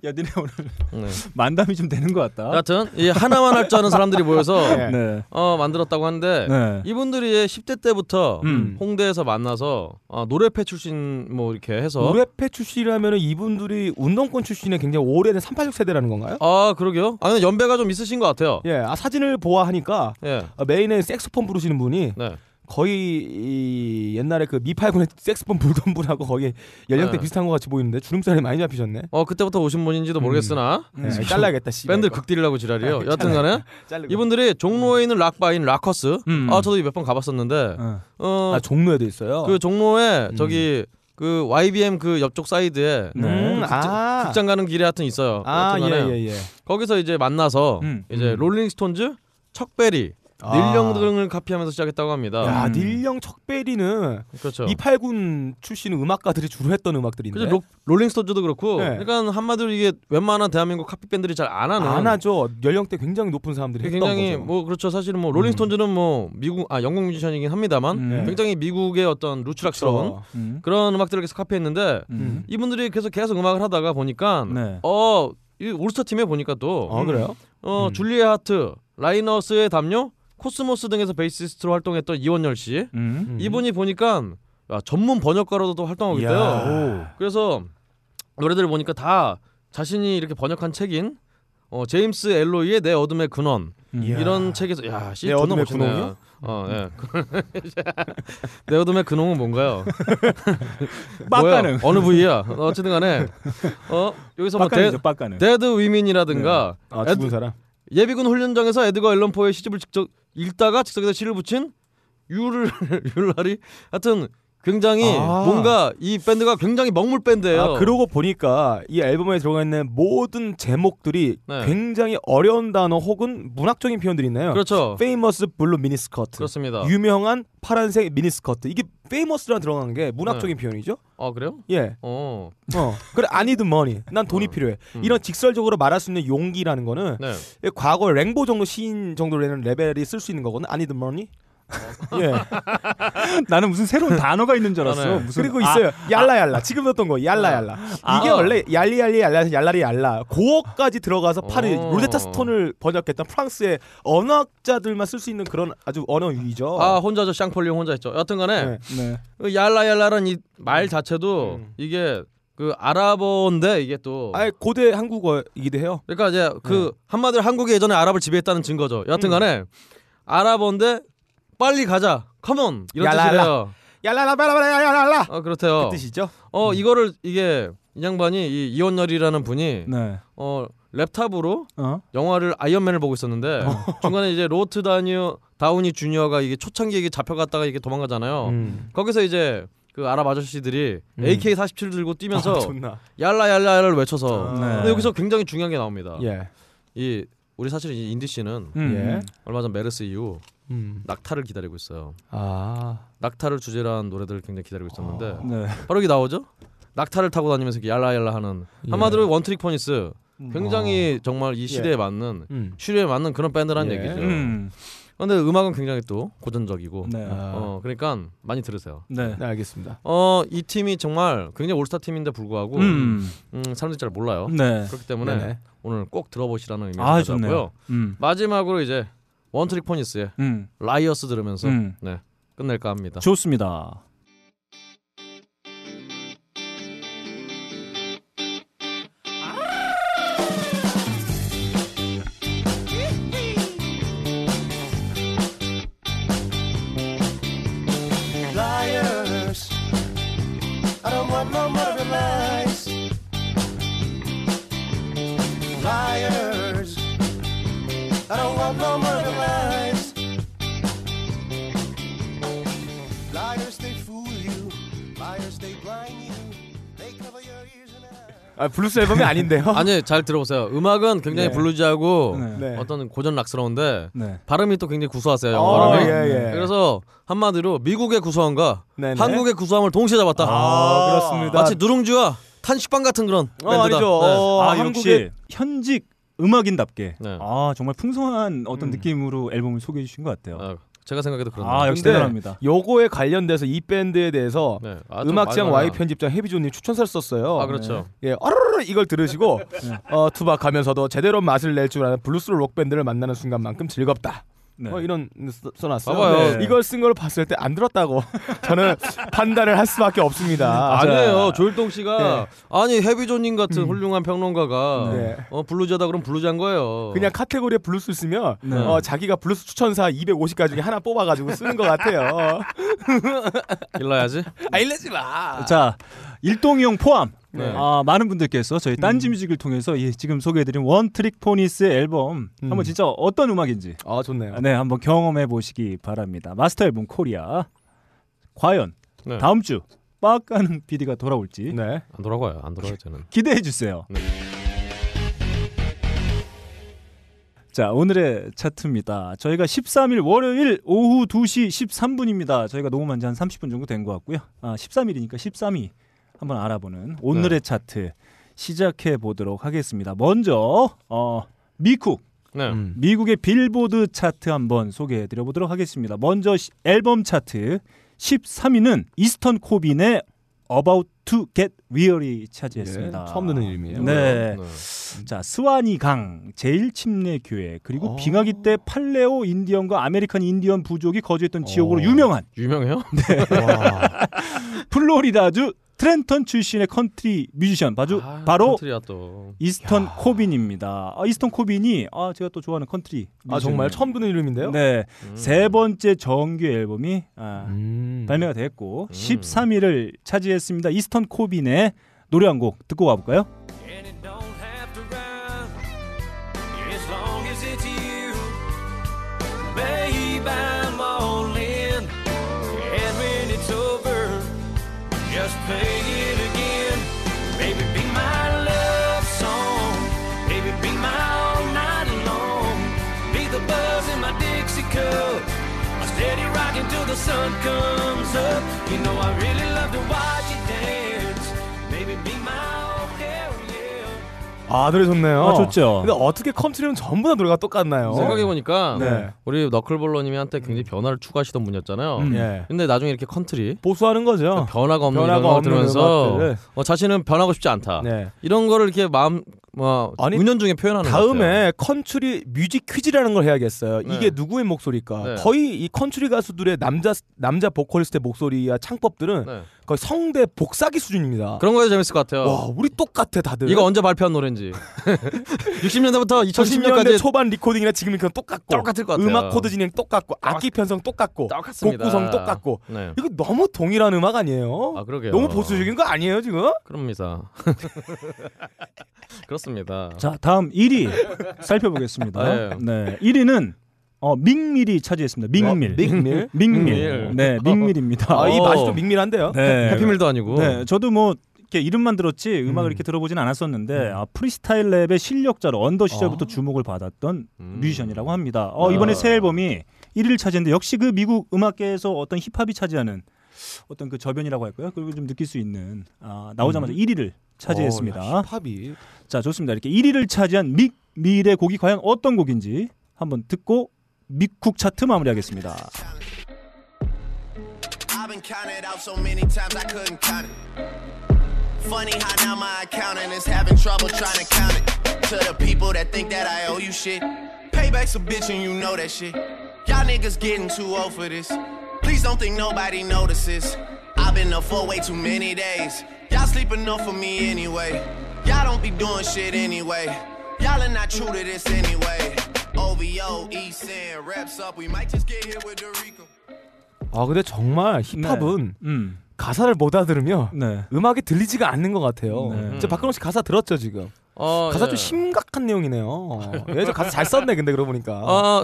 S2: 야, 니네 오늘 *laughs*
S4: 네.
S2: 만담이 좀 되는 것
S3: 아.
S2: 같다.
S4: 여하튼 이 하나만 할 줄 아는 사람들이 모여서
S3: 네.
S2: 네.
S4: 어 만들었다고 한데
S2: 네.
S4: 이분들이 10대 때부터
S2: 음.
S4: 홍대에서 만나서 어, 노래패 출신 뭐 이렇게 해서
S3: 노래패 출신이라면 이분들이 운동권 출신의 굉장히 오래된 386 세대라는 건가요?
S4: 아 그러게요. 아 근데 연배가 좀 있으신 것 같아요.
S3: 예, 아, 사진을 보아하니까
S4: 예.
S3: 아, 메인에 색소폰 부르시는 분이
S4: 네.
S3: 거의 이 옛날에 그 미팔군의 *laughs* 색소폰 불던 분하고 거의 연령대
S4: 네.
S3: 비슷한 것 같이 보이는데 주름살이 많이 잡히셨네.
S4: 어 그때부터 오신 분인지도 모르겠으나
S3: 네, 잘라야겠다. 씨.
S4: 밴드 극딜이라고
S3: 아,
S4: 지랄이에요. 여하튼간에
S3: 자르고.
S4: 이분들이 종로에 있는 락바인 락커스.
S2: 음.
S4: 아 저도 몇 번 가봤었는데
S2: 어.
S4: 어,
S3: 아 종로에도 있어요.
S4: 그 종로에
S3: 음.
S4: 저기 그 YBM 그 옆쪽 사이드에
S2: 네.
S3: 음, 아,
S4: 극장 가는 길에 하여튼 있어요.
S3: 아, 예,
S4: 여하튼간에
S3: 예, 예.
S4: 거기서 이제 만나서
S2: 음.
S4: 이제
S3: 음.
S4: 롤링스톤즈, 척베리,
S3: 아.
S4: 닐령 등을 카피하면서 시작했다고 합니다.
S3: 야,
S2: 음.
S3: 닐령 척베리는
S4: 그렇죠.
S3: 미팔군 출신 음악가들이 주로 했던
S4: 그죠
S3: 음악들인데
S4: 로- 롤링스톤즈도 그렇고
S3: 네.
S4: 그러니까 한마디로 이게 웬만한 대한민국 카피 밴드들이 잘 안 하는
S3: 안 하죠. 연령대 굉장히 높은 사람들이 했던
S4: 굉장히
S3: 거죠. 음.
S4: 뭐 그렇죠 사실은 뭐 롤링스톤즈는 뭐 미국 아 영국 뮤지션이긴 합니다만
S2: 음.
S4: 굉장히 미국의 어떤 루츠락스러운
S3: 네. 그렇죠.
S2: 음.
S4: 그런 음악들을 계속 카피했는데
S2: 음.
S4: 이분들이 계속 계속 음악을 하다가 보니까
S2: 네.
S4: 어이 올스타 팀에 보니까 또
S3: 어 그래요?
S4: 어,
S3: 음.
S4: 줄리에 하트, 라이너스의 담요, 코스모스 등에서 베이시스트로 활동했던 이원열 씨
S2: 음.
S3: 음.
S4: 이분이 보니까 야, 전문 번역가로도 또 활동하고
S3: 이야.
S4: 있대요. 그래서 노래들을 보니까 다 자신이 이렇게 번역한 책인 어, 제임스 엘로이의 내 어둠의 근원
S2: 음.
S4: 이런 책에서 야, 씨
S3: 내
S4: 존나
S3: 어둠의
S4: 멋지네.
S3: 근원이요?
S4: 어, 예. *laughs* 내 어둠의
S3: *laughs*
S4: 근원은 뭔가요?
S2: 빡가능.
S4: 뭐야? 어느 부위야? 어쨌든 간에 어, 여기서 뭐 데,
S2: 빡가능이죠 빡가능.
S4: 데드 위민이라든가
S3: 아
S4: 애드-
S3: 죽은 사람.
S4: 예비군 훈련장에서 에드거 앨런 포의 시집을 직접 읽다가 즉석에다 시를 붙인 율을 *laughs* 율라리 하여튼 굉장히
S3: 아.
S4: 뭔가 이 밴드가 굉장히 먹물 밴드예요.
S3: 아 그러고 보니까 이 앨범에 들어가 있는 모든 제목들이
S4: 네.
S3: 굉장히 어려운 단어 혹은 문학적인 표현들이 있네요.
S4: 그렇죠.
S3: Famous Blue 미니스커트.
S4: 그렇습니다.
S3: 유명한 파란색 미니스커트. 이게 famous라는 들어가는 게 문학적인 표현이죠?
S4: 아 그래요?
S3: 예.
S4: 어.
S3: 어. 그래 I need money. 난 돈이
S4: 어.
S3: 필요해.
S4: 음.
S3: 이런 직설적으로 말할 수 있는 용기라는 거는
S4: 네.
S3: 과거 랭보 정도 시인 정도 되는 레벨이 쓸 수 있는 거거든. I need money. *laughs*
S4: 어.
S3: 예.
S2: 나는 무슨 새로운 단어가 있는 줄 알았어.
S4: 아, 네.
S2: 무슨
S3: 그리고
S2: 아,
S3: 있어요. 얄라얄라. 지금 넣었던 거. 얄라얄라.
S2: 아.
S3: 이게
S2: 아.
S3: 원래 얄리얄리 얄라에서 얄라리 얄라. 고어까지 들어가서 파리
S4: 어.
S3: 로데타 스톤을 번역했던 프랑스의 언어학자들만 쓸 수 있는 그런 아주 언어 위죠.
S4: 아 혼자죠 샹폴리옹 혼자 했죠. 여튼간에
S3: 네.
S2: 네.
S4: 그 얄라얄라란 이 말 자체도
S3: 음.
S4: 이게 그 아랍어인데 이게 또
S3: 아예 고대 한국어이기도 해요.
S4: 그러니까 이제 그
S3: 네.
S4: 한마디로 한국이 예전에 아랍을 지배했다는 증거죠.
S3: 음.
S4: 여튼간에 아랍어인데 빨리 가자. 컴온 이런
S3: 얄라얄라.
S4: 뜻이래요.
S3: 얄라라 얄라라 얄라라.
S4: 어 그렇대요.
S3: 그 뜻이죠.
S4: 어 이거를 이게 이 양반이 이 이원열이라는 분이
S2: 네.
S4: 어 랩탑으로
S2: 어?
S4: 영화를 아이언맨을
S3: *laughs*
S4: 보고 있었는데 중간에 이제 로트 다니어 다우니 주니어가 이게 초창기에 이게 잡혀갔다가 이게 도망가잖아요.
S3: 음.
S4: 거기서 이제 그 아랍 아저씨들이
S3: 음.
S4: AK47 들고 뛰면서 어. 네.
S3: 아, 존나.
S4: 얄라 얄라 얄라를 외쳐서
S3: 아.
S4: 근데 여기서 굉장히 중요한 게 나옵니다.
S3: 예.
S4: 이 우리 사실 이 인디 씨는
S2: 음.
S3: 예.
S4: 얼마 전 메르스 이후
S3: 음.
S4: 낙타를 기다리고 있어요.
S3: 아.
S4: 낙타를 주제로 한 노래들을 굉장히 기다리고 있었는데
S2: 네.
S3: 어.
S4: 바로 이게 나오죠? 낙타를 타고 다니면서 이렇게 얄라 얄라 하는
S3: 예.
S4: 한마디로 원트릭 포니스
S2: 음.
S4: 굉장히
S2: 아.
S4: 정말 이 시대에
S3: 예.
S4: 맞는
S3: 음.
S4: 시류에 맞는 그런 밴드라는
S3: 예.
S4: 얘기죠.
S2: 음.
S4: 근데 음악은 굉장히 또 고전적이고
S2: 네.
S3: 아.
S4: 어 그러니까 많이 들으세요.
S2: 네.
S3: 네, 알겠습니다.
S4: 어 이 팀이 정말 굉장히 올스타 팀인데 불구하고 음.
S2: 음.
S4: 사람들이 잘 몰라요.
S2: 네.
S4: 그렇기 때문에
S3: 네네.
S4: 오늘 꼭 들어보시라는 의미로
S2: 아,
S4: 가져왔고요.
S2: 좋네요. 음.
S4: 마지막으로 이제 원트릭 포니스의
S2: 음.
S4: 라이어스 들으면서
S2: 음.
S4: 네 끝낼까 합니다.
S2: 좋습니다.
S7: liars. I don't want no more of your lies. Liars. I don't want no more of your lies. Liars, they fool you. Liars, they blind you. They cover your ears and eyes.
S3: 아, 블루스 앨범이 아닌데요.
S4: 아니 잘 들어보세요. 음악은 굉장히
S3: 네.
S4: 블루지하고
S2: 네.
S3: 네.
S4: 어떤 고전락스러운데
S2: 네.
S4: 발음이 또 굉장히 구수하세요.
S3: 어,
S4: 발음이. 네.
S3: 예, 예.
S4: 그래서 한마디로 미국의 구수함과
S3: 네네.
S4: 한국의 구수함을 동시에 잡았다.
S3: 아, 그렇습니다.
S4: 마치 누룽지와 탄식빵 같은 그런
S3: 어,
S4: 밴드다.
S3: 아니죠.
S4: 네.
S3: 어,
S2: 아,
S3: 한국의
S2: 역시 현직 음악인답게
S4: 네.
S2: 아 정말 풍성한 어떤
S3: 음.
S2: 느낌으로 앨범을 소개해 주신 것 같아요.
S4: 아, 제가 생각해도 그런데.
S2: 아 역시
S3: 근데
S2: 대단합니다.
S3: 요거에 관련돼서 이 밴드에 대해서
S4: 네. 아, 좀
S3: 음악장
S4: 많이
S3: Y
S4: 많아.
S3: 편집장 해비조님 추천사를 썼어요.
S4: 아 그렇죠.
S3: 예, 어르르 이걸 들으시고 어, 투박하면서도 제대로 맛을 낼 줄 아는 블루스 록 밴드를 만나는 순간만큼 즐겁다.
S2: 네.
S3: 뭐 이런 써- 써놨어요.
S4: 봐봐요.
S2: 네.
S3: 이걸 쓴 걸 봤을 때 안 들었다고 *laughs* 저는 판단을 할 수밖에 없습니다. 네.
S4: 아니에요. 조일동 씨가 아니 해비조님 같은 훌륭한 평론가가
S3: 음. 네.
S4: 어, 블루지하다 그러면 블루지한 거예요.
S3: 그냥 카테고리에 블루스 쓰면 어, 자기가 블루스 추천사 250가 중에 하나 뽑아가지고 쓰는 것 같아요.
S4: 일러야지.
S3: 아 일내지 마.
S2: 자 일동이용 포함
S4: 네.
S2: 아, 많은 분들께서 저희
S3: 음.
S2: 딴지뮤직을 통해서 이 지금 소개해드린 원트릭 포니스의 앨범
S3: 음.
S2: 한번 진짜 어떤 음악인지
S3: 아 좋네요.
S2: 네 한번 경험해 보시기 바랍니다. 마스터 앨범 코리아 과연
S4: 네.
S2: 다음 주 빠까는 PD가 돌아올지
S3: 네.
S4: 안 돌아가요. 안 돌아가요. 저는.
S2: 기대해 주세요.
S4: 네.
S2: 자 오늘의 차트입니다. 저희가 13일 월요일 오후 2시 13분입니다. 저희가 녹음한 지 한 30분 정도 된 것 같고요. 아 13일이니까 13위 한번 알아보는
S3: 네.
S2: 오늘의 차트 시작해 보도록 하겠습니다. 먼저 어, 미국
S4: 네.
S3: 음.
S2: 미국의 빌보드 차트 한번 소개해 드려 보도록 하겠습니다. 먼저 시- 앨범 차트 13위는 이스턴 코빈의 About to Get Weary 차지했습니다.
S3: 예, 처음 듣는 이름이에요.
S2: 네. 자, 스와니 강, 제일 침례 교회, 그리고
S3: 어.
S2: 빙하기 때 팔레오 인디언과 아메리칸 인디언 부족이 거주했던
S3: 어.
S2: 지역으로 유명한
S4: 유명해요?
S3: 와.
S2: 플로리다주 트렌턴 출신의 컨트리 뮤지션 바로
S4: 아,
S2: 바로
S4: 컨트리야 또.
S2: 이스턴 코빈입니다. 아, 이스턴 코빈이 아 제가 또 좋아하는 컨트리
S3: 아 정말
S2: 뮤지션이에요.
S3: 처음 듣는 이름인데요.
S2: 네.
S4: 음.
S2: 세 번째 정규 앨범이 아,
S3: 음.
S2: 발매가 됐고 13위를 차지했습니다. 이스턴 코빈의 노래 한 곡 듣고 가볼까요?
S7: And it don't have to rhyme as long as it's you. Babe, I'm all in. And when it's over, just play it again. Baby, be my love song. Baby, be my all night long. Be the buzz in my Dixie cup. My steady rocking till the sun comes up. You know I really love to watch you dance. Baby, be my all hell yeah.
S3: 아 노래 좋네요.
S2: 아, 좋죠.
S3: 근데 어떻게 컴트리는 전부 다 노래가 똑같나요?
S4: 생각해 보니까
S3: 네. 음.
S4: 우리 너클볼러님한테 굉장히 변화를 추구하시던 분이었잖아요.
S3: 예.
S4: 근데 나중에 이렇게 컨트리
S3: 보수하는 거죠.
S4: 변화가 없는
S3: 변화가
S4: 이런 걸
S3: 없는
S4: 들으면서
S3: 음악들을.
S4: 어, 자신은 변하고 싶지 않다.
S3: 네.
S4: 이런 거를 이렇게 마음 뭐
S3: 아니,
S4: 은연 중에 표현하는 것 같아요.
S3: 다음에 컨트리 뮤직 퀴즈라는 걸 해야겠어요.
S4: 네.
S3: 이게 누구의 목소리일까?
S4: 네.
S3: 거의 이 컨트리 가수들의 남자 남자 보컬리스트의 목소리와 창법들은
S4: 네.
S3: 거의 성대 복사기 수준입니다.
S4: 그런 거에 재밌을 것 같아요.
S3: 와 우리 똑같아 다들.
S4: 이거 언제
S3: *laughs*
S4: 발표한 노래인지 60년대부터
S3: 2010년대
S4: 2010년까지
S3: 초반 리코딩이나 지금 이랑 똑같고
S4: 똑같을 것 같아요.
S3: 음악 코드 진행 똑같고 악기 편성 똑같고 곡
S4: 똑같습니다.
S3: 구성 똑같고
S4: 네.
S3: 이거 너무 동일한 음악 아니에요?
S4: 아 그러게요.
S3: 너무 보수적인 거 아니에요 지금?
S4: 그럽니다. *laughs* 그렇습니다.
S2: 자 다음 1위 살펴보겠습니다.
S4: 네.
S2: 네, 1위는 어, 밍밀이 차지했습니다. 밍밀,
S4: *laughs*
S3: 밍밀?
S2: 밍밀,
S4: 밍밀.
S2: 네, 밍밀입니다.
S3: 네, 아, 이
S4: 어.
S3: 맛이 좀 밍밀한데요.
S2: 네,
S4: 해피밀도 아니고.
S2: 네, 저도 뭐 이렇게 이름만 들었지 음악을 이렇게 들어보진 않았었는데 아, 프리스타일 랩의 실력자로 언더 시절부터 주목을 받았던
S4: 음.
S2: 뮤지션이라고 합니다. 어, 이번에
S4: 아.
S2: 새 앨범이 1위를 차지했는데 역시 그 미국 음악계에서 어떤 힙합이 차지하는 어떤 그 저변이라고 할까요? 그걸 좀 느낄 수 있는 아, 나오자마자 1위를 차지했습니다.
S3: 어, 야, 힙합이
S2: 자, 좋습니다. 이렇게 1위를 차지한 믹 밀의 곡이 과연 어떤 곡인지 한번 듣고 미국 차트 마무리하겠습니다.
S9: I've been counted out so many times I couldn't count it. Funny how now my accountant is having trouble trying to count it. To the people that think that I owe you shit. Payback's a bitch and you know that shit. Y'all niggas getting too old for this. Please don't think nobody notices. I've been up for way too many days. Y'all sleep enough for me anyway. Y'all don't be doing shit anyway. Y'all are not true to this anyway. OVO, East End, reps E up. We might just get hit with the Rico.
S3: 아 근데 정말 힙합은
S4: 네.
S2: 음.
S3: 가사를 못 알아들으면
S2: 네.
S3: 음악이 들리지가 않는 것 같아요.
S2: 네.
S3: 저 박근홍 씨 가사 들었죠 지금?
S4: 음. 어,
S3: 가사
S4: 예.
S3: 좀 심각한
S4: *laughs*
S3: 내용이네요. 예, 저 가사 잘 썼네 근데 그러고 보니까.
S4: 어,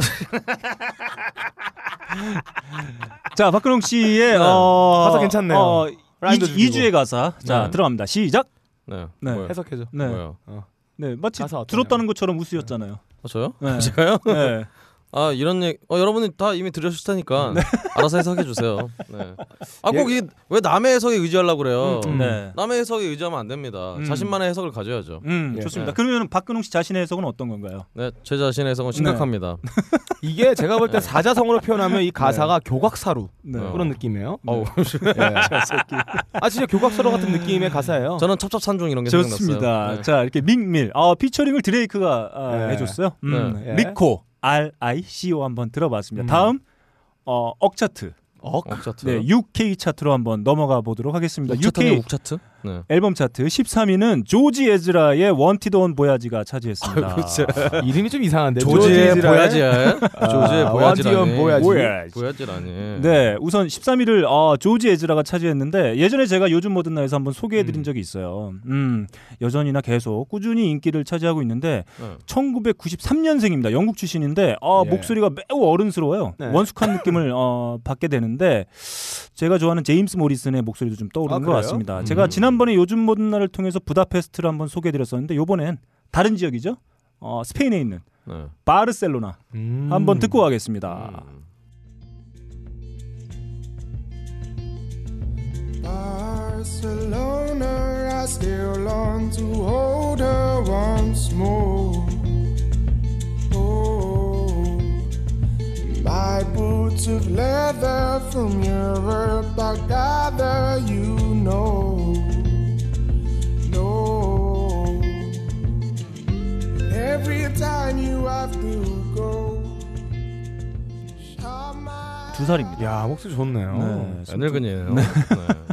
S2: 자, 박근홍 씨의
S3: *laughs*
S2: 어,
S3: 네. 가사 괜찮네요.
S2: 어,
S3: 라인도 죽이고.
S2: 2, 주의 가사. 자,
S4: 네.
S2: 들어갑니다. 시작.
S4: 네.
S2: 네.
S4: 뭐요?
S3: 해석해줘.
S2: 네.
S4: 뭐요?
S2: 네, 마치
S3: 가사 어떠냐고.
S2: 들었다는 것처럼 웃으셨잖아요.
S4: 어, 저요?
S2: 네.
S4: *laughs* 제가요?
S2: 네.
S4: 아 이런 얘기 어, 여러분이 다 이미 들으셨을 테니까 알아서 해석해 주세요. 네. 아꼭 왜 남의 해석에 의지하려고 그래요?
S2: 예. 음, 네.
S4: 남의 해석에 의지하면 안 됩니다.
S2: 음.
S4: 자신만의 해석을 가져야죠.
S2: 음,
S3: 예.
S2: 좋습니다.
S4: 네.
S2: 그러면 박근홍 씨 자신의 해석은 어떤 건가요?
S4: 네, 제 자신의 해석은
S2: *laughs*
S4: 심각합니다.
S3: 이게 제가
S4: 네.
S3: 볼 때 사자성어로 표현하면 이 가사가 교각사루
S2: 네.
S4: 어.
S3: 그런 느낌이에요.
S4: 어우,
S3: 예. *laughs* 아 진짜 교각사루 같은 느낌의 가사예요.
S4: 저는 첩첩산중 이런 게
S2: *laughs* 어. 좋습니다.
S4: 생각났어요. 네.
S2: 자, 이렇게 밍밀. 아, 피처링을 드레이크가 아,
S3: 네.
S2: 해줬어요. 음,
S3: 네.
S2: 리코 R I C O 한번 들어봤습니다. 다음 어, 억차트.
S3: 억.
S4: 네. 옥차트.
S2: 네, UK 차트로 한번 넘어가 보도록 하겠습니다.
S4: 옥차트는
S2: UK
S4: 옥차트? 네.
S2: 앨범 차트 13위는 조지 에즈라의 원티드 온 보야지가
S4: 아,
S2: 차지했습니다. 네,
S3: 이름이 좀 이상한데.
S4: 그렇죠. 조지의
S3: 이즈라엘?
S4: 보야지야. *laughs* 조지의
S3: 아,
S4: 보야지라니.
S3: 완디언 보야지.
S2: 보야지.
S4: 보야지라니.
S2: 네, 우선 13위를 어, 조지 에즈라가 차지했는데 예전에 제가 요즘 모든 나에서 한번 소개해드린 적이 있어요. 음, 여전히나 계속 꾸준히 인기를 차지하고 있는데
S4: 네.
S2: 1993년생입니다. 영국 출신인데 어,
S3: 예.
S2: 목소리가 매우 어른스러워요.
S3: 네. *laughs*
S2: 원숙한 느낌을 어, 받게 되는데 제가 좋아하는 제임스 모리슨의 목소리도 좀
S3: 아,
S2: 떠오르는 것
S3: 그래요?
S2: 같습니다.
S4: 음.
S2: 제가 지난번에 요즘 모든 날을 통해서 부다페스트를 한번 소개해드렸었는데 요번엔 다른 지역이죠. 어, 스페인에 있는
S4: 네.
S2: 바르셀로나
S3: 음.
S2: 한번 듣고 가겠습니다.
S4: 음.
S7: Barcelona, I still long to hold her once more. Oh, my boots of leather from Europe, I gather you know. No, every time you have to go. shut my
S2: 두 22살입니다.
S3: 야 목소리 좋네요.
S2: 네, 좀-
S4: 늙은이에요. 네.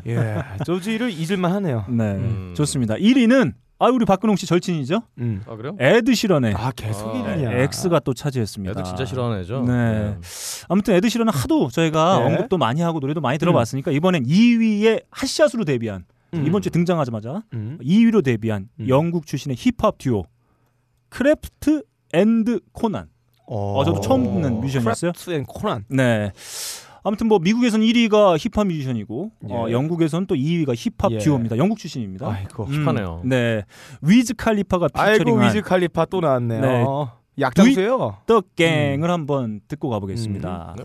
S3: 예, 조지를 잊을만 하네요.
S2: 네,
S4: 음.
S2: 좋습니다. 1위는 아 우리 박근홍 씨 절친이죠?
S3: 음.
S4: 아 그래요?
S2: 에드 시런의
S3: 아 계속
S4: 아,
S3: 일이냐?
S2: X가 또 차지했습니다.
S4: 애들 진짜 싫어하는 애죠.
S2: 아. 네. 아무튼 에드 시런은 하도 저희가
S3: 네.
S2: 언급도 많이 하고 노래도 많이 들어봤으니까 이번엔 2위에 핫샷으로 데뷔한
S3: 음.
S2: 이번 주에 등장하자마자
S3: 음.
S2: 2위로 데뷔한
S3: 음.
S2: 영국 출신의 힙합 듀오 크래프트 앤드 코난.
S3: 어,
S2: 어, 저도 처음 듣는 뮤지션이었어요.
S3: 크랩스 앤 코난.
S2: 네. 아무튼 뭐 미국에서는 1위가 힙합 뮤지션이고
S3: 예.
S2: 어, 영국에서는 또 2위가 힙합
S3: 예.
S2: 듀오입니다. 영국 출신입니다.
S3: 아이고.
S2: 음,
S4: 힙하네요.
S2: 네. 위즈 칼리파가
S3: 아이고
S2: 피처링한
S3: 위즈 칼리파 또 나왔네요.
S2: 네.
S3: 약장수예요. 음. 네.
S2: 더 갱을 한번 듣고 가보겠습니다.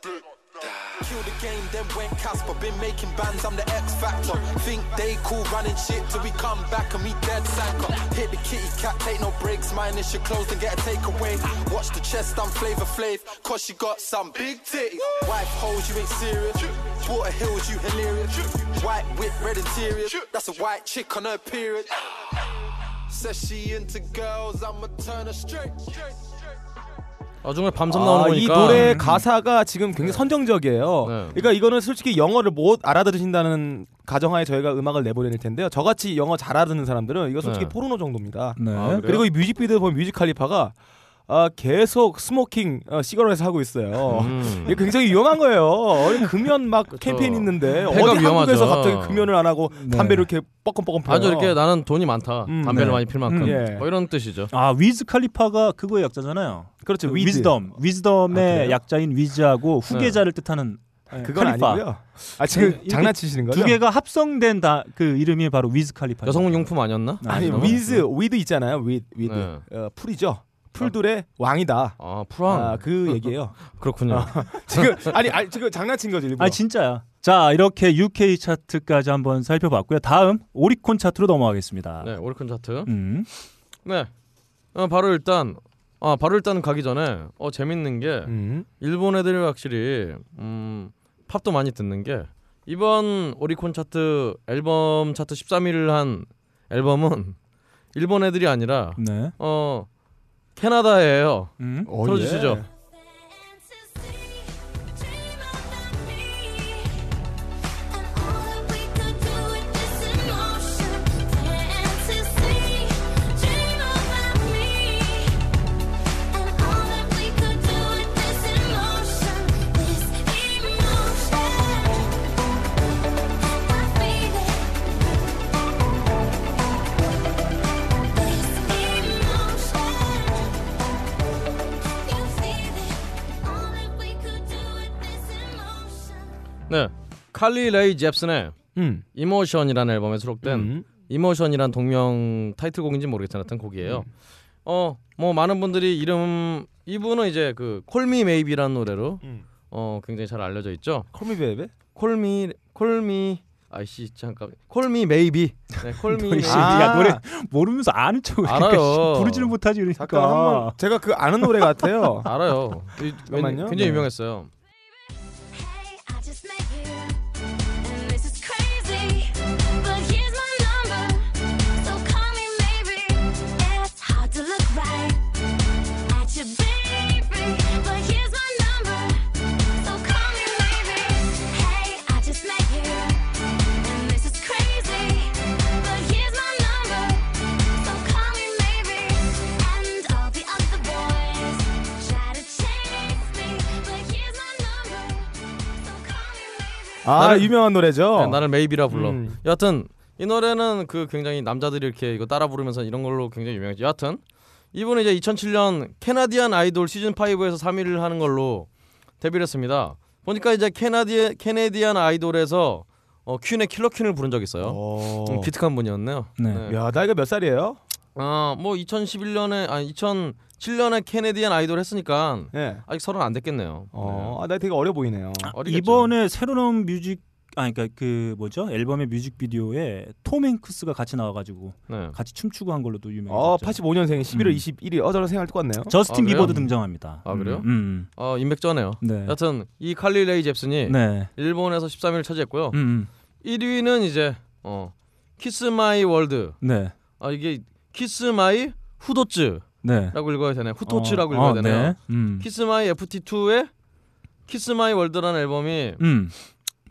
S10: Kill the game, then went Casper. Been making bands, I'm the X Factor. Think they cool running shit till we come back and we dead psycho. Hit the kitty cat, take no breaks. Minus your clothes and get a takeaway. Watch the chest, I'm flavor flav. Cause she got some big titties. Wife hoes, you ain't serious. Water hills, you hilarious. White whip, red interiors. That's a white chick on her period. Says she into girls, I'ma turn her straight.
S4: 아 정말 밤샘 나오는
S3: 아, 이
S4: 거니까. 음.
S3: 노래 가사가 지금 굉장히 선정적이에요.
S4: 네.
S3: 그러니까 이거는 솔직히 영어를 못 알아들으신다는 가정하에 저희가 음악을 내보내릴 텐데요. 저같이 영어 잘 알아듣는 사람들은 이거 솔직히
S4: 네.
S3: 포르노 정도입니다.
S2: 네.
S4: 아, 그래요?
S3: 그리고 이 뮤직비디오 보면 뮤지컬리파가 아, 계속 스모킹 어, 시가렛을 하고 있어요.
S4: 음.
S3: 이게 굉장히 위험한 거예요. 어이, 금연 막
S4: 그쵸. 음.
S3: 캠페인 있는데 어디
S4: 해가
S3: 한국에서
S4: 위험하죠.
S3: 갑자기 금연을 안 하고
S2: 네.
S3: 담배를 이렇게 뻐끔뻐끔 피워요.
S4: 아주 이렇게 나는 돈이 많다.
S3: 음,
S4: 담배를
S2: 네.
S4: 많이 필 만큼.
S2: 음,
S3: 예.
S4: 뭐 이런 뜻이죠.
S2: 아 위즈 칼리파가 그거의 약자잖아요.
S3: 그렇죠.
S2: 그
S3: 위드.
S2: 위즈덤,
S3: 아,
S2: 위즈덤의
S3: 그래요?
S2: 약자인 위즈하고 후계자를 뜻하는
S3: 네, 그건
S2: 칼리파.
S3: 아니고요. 아 지금
S2: 이게
S3: 장난치시는 거죠?
S2: 두 개가 합성된 다 그 이름이 바로 위즈 칼리파.
S4: 여성 용품 아니었나?
S3: 아니
S4: 아니구나.
S3: 위즈 위드 있잖아요. 위드 위드
S4: 네.
S3: 어, 풀이죠. 풀들의 왕이다.
S4: 아 프랑.
S3: 아, 그 얘기예요.
S4: 그렇군요.
S3: 지금 *laughs* 아니 아니 지금 장난친 거지 일부러.
S2: 아 진짜야. 자 이렇게 UK 차트까지 한번 살펴봤고요. 다음 오리콘 차트로 넘어가겠습니다.
S4: 네 오리콘 차트.
S2: 음.
S4: 네. 어, 바로 일단 아 바로 일단 가기 전에 어 재밌는 게
S3: 음.
S4: 일본 애들이 확실히 음 팝도 많이 듣는 게 이번 오리콘 차트 앨범 차트 13위를 한 앨범은 일본 애들이 아니라
S2: 네.
S4: 어 캐나다예요.
S2: 음.
S3: 음. 어,
S4: 틀어주시죠.
S3: 예.
S4: 네. 칼리 레이 잽슨의
S3: 음.
S4: 이모션이라는 앨범에 수록된
S3: 음.
S4: 이모션이란 동명 타이틀곡인지 모르겠지만 하여튼 곡이에요.
S3: 음.
S4: 어, 뭐 많은 분들이 이름 이분은 이제 그 콜미 메이비라는 노래로
S3: 음.
S4: 어 굉장히 잘 알려져 있죠.
S3: 콜미 베베?
S4: 콜미 콜미 아이씨 잠깐 콜미 메이비. 네,
S3: *laughs*
S4: 콜미
S2: 너
S4: 메이비.
S3: 아.
S2: 이씨, 네가 노래 모르면서 아는 척을
S4: 알아요.
S2: 그러니까 부르지는 못하지 그러니까.
S3: 잠깐 한번 제가 그 아는 노래 같아요.
S4: 알아요. 이-
S3: 잠깐만요.
S4: 굉장히
S3: 네.
S4: 유명했어요.
S8: Hey, I just met you, and this is crazy. But here's my number, so call me maybe. It's hard to look right at your baby, but here's my number, so call me maybe. Hey, I just met you, and this is crazy. But here's my number, so call me maybe. And all the other boys try to chase me, but here's my number, so call me maybe.
S3: 아
S4: 나를-
S3: 유명한 노래죠.
S2: 어.
S4: 네, 나를 메이비라 불러.
S3: 음.
S4: 여하튼 이 노래는 그 굉장히 남자들이 이렇게 이거 따라 부르면서 이런 걸로 굉장히 유명했죠. 여하튼 이분은 이제 2007년 캐나디안 아이돌 시즌 5에서 3위를 하는 걸로 데뷔를 했습니다. 보니까 이제 캐나디 캐네디안 아이돌에서 어, 퀸의 킬러 퀸을 부른 적이 있어요.
S3: 어.
S4: 좀 기특한 분이었네요.
S2: 네.
S3: 야 나이가 몇 살이에요?
S4: 아, 뭐 2011년에 아니 2007년에 캐네디안 아이돌 했으니까
S3: 예.
S4: 아직 서른 안 됐겠네요.
S3: 어, 아, 나이 되게 어려 보이네요.
S4: 네. 어리겠죠.
S2: 이번에 새로 나온 뮤직 아 그러니까 그 뭐죠 앨범의 뮤직비디오에 톰 행크스가 같이 나와가지고
S4: 네.
S2: 같이 춤추고 한 걸로도 유명해졌죠.
S3: 어, 85년생 11월
S2: 음.
S3: 21일 어저랑 생활 똑같네요.
S2: 저스틴
S4: 아, 그래요?
S2: 비버도 등장합니다.
S4: 아, 그래요?
S2: 음,
S4: 어, 인맥전해요.
S2: 음. 네.
S4: 여하튼 이 칼리 레이 잽슨이
S2: 네.
S4: 일본에서 13위를 차지했고요.
S2: 음, 음.
S4: 1위는 이제 어 키스 마이 월드.
S2: 네.
S4: 아 이게 키스 마이 후도츠.
S2: 네.
S4: 읽어야 되나요? 후토츠라고
S2: 어,
S4: 읽어야
S2: 어,
S4: 되나요?
S2: 네. 음.
S4: 키스마이 FT2의 키스마이 월드라는 앨범이
S2: 음.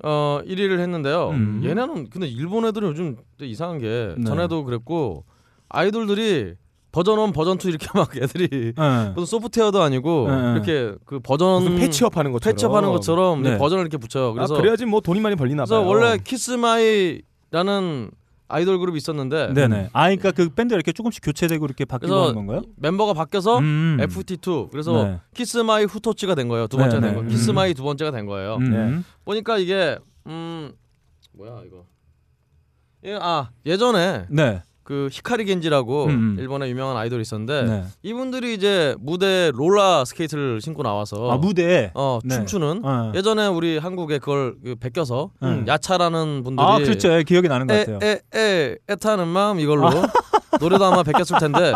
S4: 어 1위를 했는데요.
S2: 음.
S4: 얘네는 근데 일본 애들은 요즘 또 이상한 게
S2: 네.
S4: 전에도 그랬고 아이돌들이 버전 1, 버전 2 이렇게 막 애들이
S2: 네.
S4: 무슨 소프트웨어도 아니고
S2: 네.
S4: 이렇게 그 버전
S3: 무슨 패치업하는 것처럼.
S4: 하는 것처럼
S2: 네.
S4: 버전을 이렇게 붙여요.
S3: 아,
S4: 그래서
S3: 그래야지 뭐 돈이 많이 벌리나
S4: 그래서
S3: 봐요.
S4: 원래 키스마이라는 아이돌 그룹이 있었는데
S2: 네네. 아, 그러니까 그 밴드가 이렇게 조금씩 교체되고 이렇게 바뀌고
S4: 그래서
S2: 하는 건가요?
S4: 멤버가 바뀌어서
S2: 음.
S4: FT2 그래서
S2: 네.
S4: 키스마이 후토치가 된 거예요. 두 번째가
S2: 네,
S4: 된
S2: 네. 음.
S4: 거예요. 키스마이 두 번째가 된 거예요.
S2: 음.
S3: 네.
S4: 보니까 이게 음 뭐야 이거 예, 아 예전에
S2: 네.
S4: 그 히카리 겐지라고
S2: 음, 음.
S4: 일본의 유명한 아이돌이 있었는데
S2: 네.
S4: 이분들이 이제 무대에 롤라 스케이트를 신고 나와서
S2: 아, 무대에
S4: 어
S2: 네.
S4: 춤추는
S2: 어.
S4: 예전에 우리 한국에 그걸 그 베껴서
S2: 음.
S4: 야차라는 분들이
S2: 아, 그렇죠. 예, 기억이 나는 것 같아요. 아.
S4: 에에에 애타는 마음 이걸로 노래도 아마 베꼈을
S2: *laughs*
S4: 텐데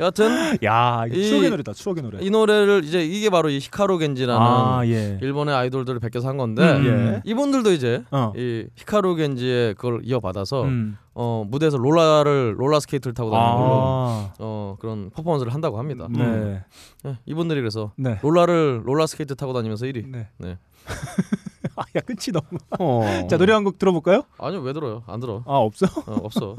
S4: 여하튼
S2: 야, 이거
S4: 이-
S2: 추억의 노래다. 추억의 노래.
S4: 이 노래를 이제 이게 바로 이 히카루 겐지라는
S2: 아, 예.
S4: 일본의 아이돌들을 베껴서 한 건데
S3: 예.
S2: 음.
S4: 이분들도 이제
S2: 어.
S4: 이 히카루 겐지의 그걸 이어받아서
S2: 음.
S4: 어 무대에서 롤라를 롤라 스케이트를 타고 다니는 걸로
S2: 아.
S4: 어 그런 퍼포먼스를 한다고 합니다.
S3: 음.
S2: 네.
S4: 예, 이분들이 그래서
S2: 네.
S4: 롤라를 롤라 스케이트 타고 다니면서 1위.
S2: 네.
S4: 네.
S2: *laughs* 아, 야, 끝이 너무.
S3: 어.
S2: 자, 노래 한 곡 들어볼까요?
S4: 아니요 왜 들어요? 안 들어.
S2: 아, 없어?
S4: 어, 없어.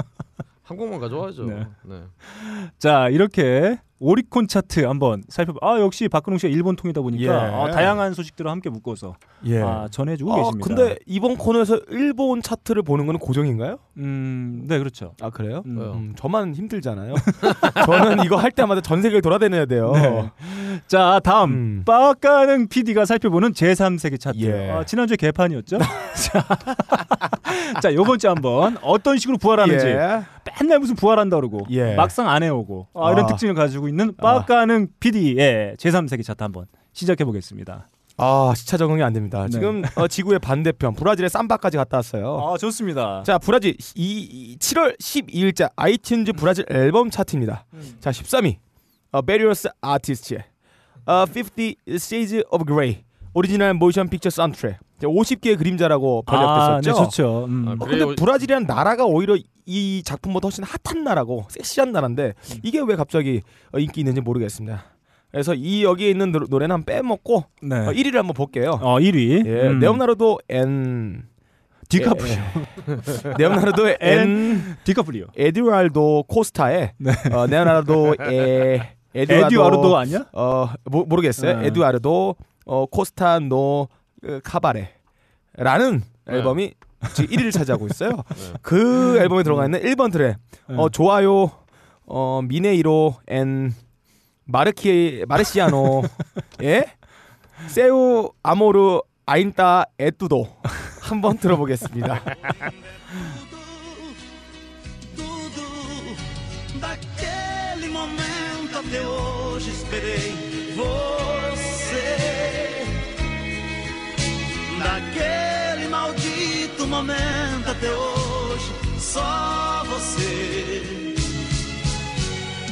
S4: 한국만 가져와야죠.
S2: *laughs* 네.
S4: 네.
S2: *laughs* 자 이렇게 오리콘 차트 한번 살펴봐. 아 역시 박근홍 씨가 일본 통이다 보니까
S3: 예.
S2: 아, 다양한 소식들을 함께 묶어서
S3: 예.
S2: 아, 전해주고
S3: 아,
S2: 계십니다.
S3: 근데 이번 코너에서 일본 차트를 보는 건 고정인가요?
S2: 음네 그렇죠.
S3: 아 그래요?
S2: 음.
S4: 왜요?
S3: 음, 저만 힘들잖아요. *laughs* 저는 이거 할 때마다 전 세계를 돌아다녀야 돼요.
S2: 네. 자 다음
S3: 음.
S2: 빠까는 PD가 살펴보는 제3세계 차트.
S3: 예.
S2: 아, 지난주에 개판이었죠. *laughs* 자, 자 이번 주 한번 어떤 식으로 부활하는지
S3: 예.
S2: 맨날 무슨 부활한다 그러고
S3: 예.
S2: 막상 안 해오고 아, 이런
S3: 아.
S2: 특징을 가지고 있는 빠까는 PD의 제3세계 차트 한번 시작해 보겠습니다.
S3: 아 시차 적응이 안 됩니다.
S2: 네.
S3: 지금 어, 지구의 반대편 브라질의 삼바까지 갔다 왔어요.
S2: 아 좋습니다.
S3: 자 브라질 이, 이 7월 12일자 아이튠즈 브라질 앨범 차트입니다.
S2: 음.
S3: 자 13위 어, Various Artists의 어, 50 Shades of Grey 오리지널 모션 픽처 사운드트랙 50개의 그림자라고
S2: 아, 네,
S3: 번역됐었죠.
S2: 좋죠. 음.
S4: 아,
S3: 어,
S4: 그래요.
S3: 근데 브라질이란 나라가 오히려 이 작품보다 훨씬 핫한 나라고 섹시한 나라인데
S2: 음.
S3: 이게 왜 갑자기 어, 인기 있는지 모르겠습니다. 그래서 이 여기에 있는 노- 노래는 한번 빼먹고
S2: 네.
S3: 어, 1위를 한번 볼게요.
S2: 어 1위.
S3: 예, 네오나르도
S2: *laughs*
S3: 예, 앤
S2: 디카프리오.
S3: 네오나르도 앤
S2: 디카프리오.
S3: 에듀알도 코스타의 어,
S2: *laughs*
S3: 네오나르도 에
S2: 네. 에듀아르도 아니야?
S3: 어 모, 모르겠어요.
S2: 아.
S3: 에듀아르도 어, 코스타노 어, 카바레라는 앨범이 지금 1위를 차지하고 있어요. 그 앨범에 들어가 있는 1번 트랙 어, 좋아요 어, 미네이로 앤 마르키 마르시아노 예 세우 아모르 아인타 에뚜도 한번 들어보겠습니다.
S7: tudo daquele momento até hoje esperei você. Naquele maldito momento até hoje só você.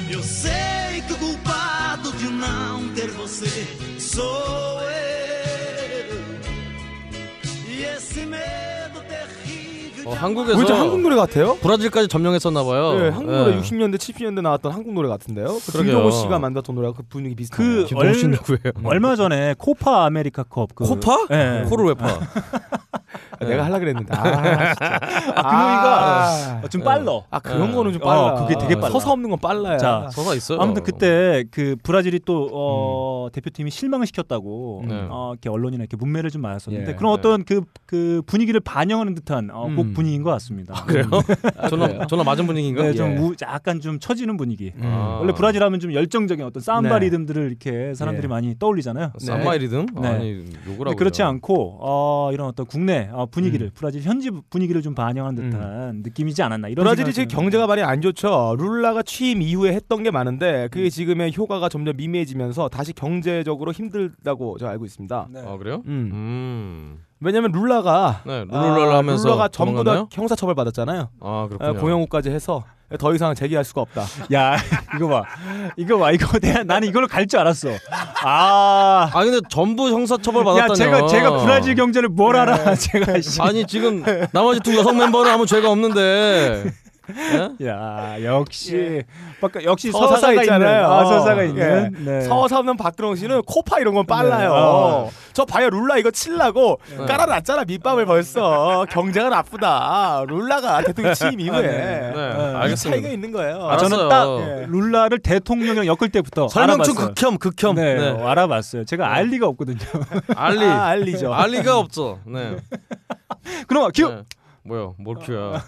S7: Eu sei que o culpado de não ter você sou eu. E esse medo terrível.
S4: 어,
S7: de
S4: 한국에서
S3: 왜 이렇게 한국 노래 같아요?
S4: 브라질까지 점령했었나 봐요.
S3: 네, 한국 노래
S4: 예.
S3: 60년대 70년대 나왔던 한국 노래 같은데요. 그
S4: 그러게요.
S3: 김동호 씨가 만들었던 노래가 그 분위기 비슷해요.
S2: 그 얼,
S3: 음.
S2: 얼마 전에 코파 아메리카 컵. 그,
S4: 코파? 아,
S2: 예.
S4: 코를 왜 파?
S3: 내가 하려 그랬는데. 네. 아, 진짜.
S2: 아, 금호이가 좀 빨러.
S3: 아 그런 거는 좀
S2: 어,
S3: 빨라.
S2: 그게 되게 빨라.
S3: 서서 없는 건 빨라요.
S2: 자,
S4: 서사 있어요.
S2: 아무튼 그때 그 브라질이 또
S3: 음.
S2: 어, 대표팀이 실망을 시켰다고
S4: 네.
S2: 어, 이렇게 언론이나 이렇게 문매를 좀 맞았었는데
S3: 예.
S2: 그런
S4: 네.
S2: 어떤 그, 그 분위기를 반영하는 듯한 어, 곡
S3: 음.
S2: 분위기인 것 같습니다.
S4: 아, 그래요? 전화 전화 맞은 분위기인가?
S2: 네,
S4: 요
S3: 예.
S2: 좀 우, 약간 좀 처지는 분위기.
S3: 음.
S4: 아.
S2: 원래 브라질 하면 좀 열정적인 어떤 삼바
S3: 네.
S2: 리듬들을 이렇게 사람들이
S3: 예.
S2: 많이 떠올리잖아요.
S4: 산마이 리듬?
S2: 네.
S4: 아니 욕을
S2: 근데
S4: 하고
S2: 그렇지
S4: 있네요.
S2: 않고 어, 이런 어떤 국내 어, 분위기를 브라질 현지 분위기를 좀 반영한 듯한 느낌이지 않았나 이런
S3: 브라질이 지금
S2: 생각이
S3: 경제가 많이 안 좋죠. 룰라가 취임 이후에 했던 게 많은데 그게 지금의 효과가 점점 미미해지면서 다시 경제적으로 힘들다고 저 알고 있습니다.
S2: 드는데.
S4: 아 그래요?
S3: 음.
S4: 음.
S3: 왜냐면 룰라가
S4: 네, 룰루랄라
S3: 아,
S4: 하면서
S3: 룰라가 전부 다
S4: 도망갔나요?
S3: 형사 처벌 받았잖아요.
S4: 아 그렇군요.
S3: 아, 공영국까지 해서 더 이상 제기할 수가 없다.
S2: 야 *laughs* 이거 봐 이거 봐 이거 *laughs* 내가 나는 이걸로 갈 줄 알았어. 아.
S4: 아 근데 전부 형사 처벌
S2: 야
S4: 받았다뇨.
S2: 제가 제가 브라질 경제를 뭘 알아 *laughs* 제가 씨.
S4: 아니 지금 나머지 두 여성 멤버는 아무 죄가 없는데 예?
S2: 야 역시 아까 역시
S3: 서사가
S2: 서사가 있잖아요.
S3: 있는,
S2: 아,
S3: 어.
S2: 서사가
S3: 예.
S2: 있는. 네.
S3: 서사 없는 박근홍 씨는 코파 이런 건 빨라요.
S2: 네. 어.
S3: 저 봐요 룰라 이거 칠라고 깔아놨잖아 밑밥을 벌써 경쟁은 아프다. 룰라가 대통령 취임 이후에
S2: 아,
S4: 네,
S3: 이 차이가
S4: 알겠습니다.
S3: 있는 거예요.
S4: 아, 알았어요.
S2: 저는 딱 네. 룰라를 대통령이랑 엮을 때부터
S4: 설명충
S2: 알아봤어요.
S4: 극혐 극혐.
S2: 네,
S4: 네.
S2: 어, 알아봤어요. 제가 알 리가 없거든요. *laughs*
S4: 알리
S3: 아, 알리죠.
S4: 알리가 없죠. 네.
S2: 그럼 큐.
S4: 네. 뭐요? 뭘 큐야?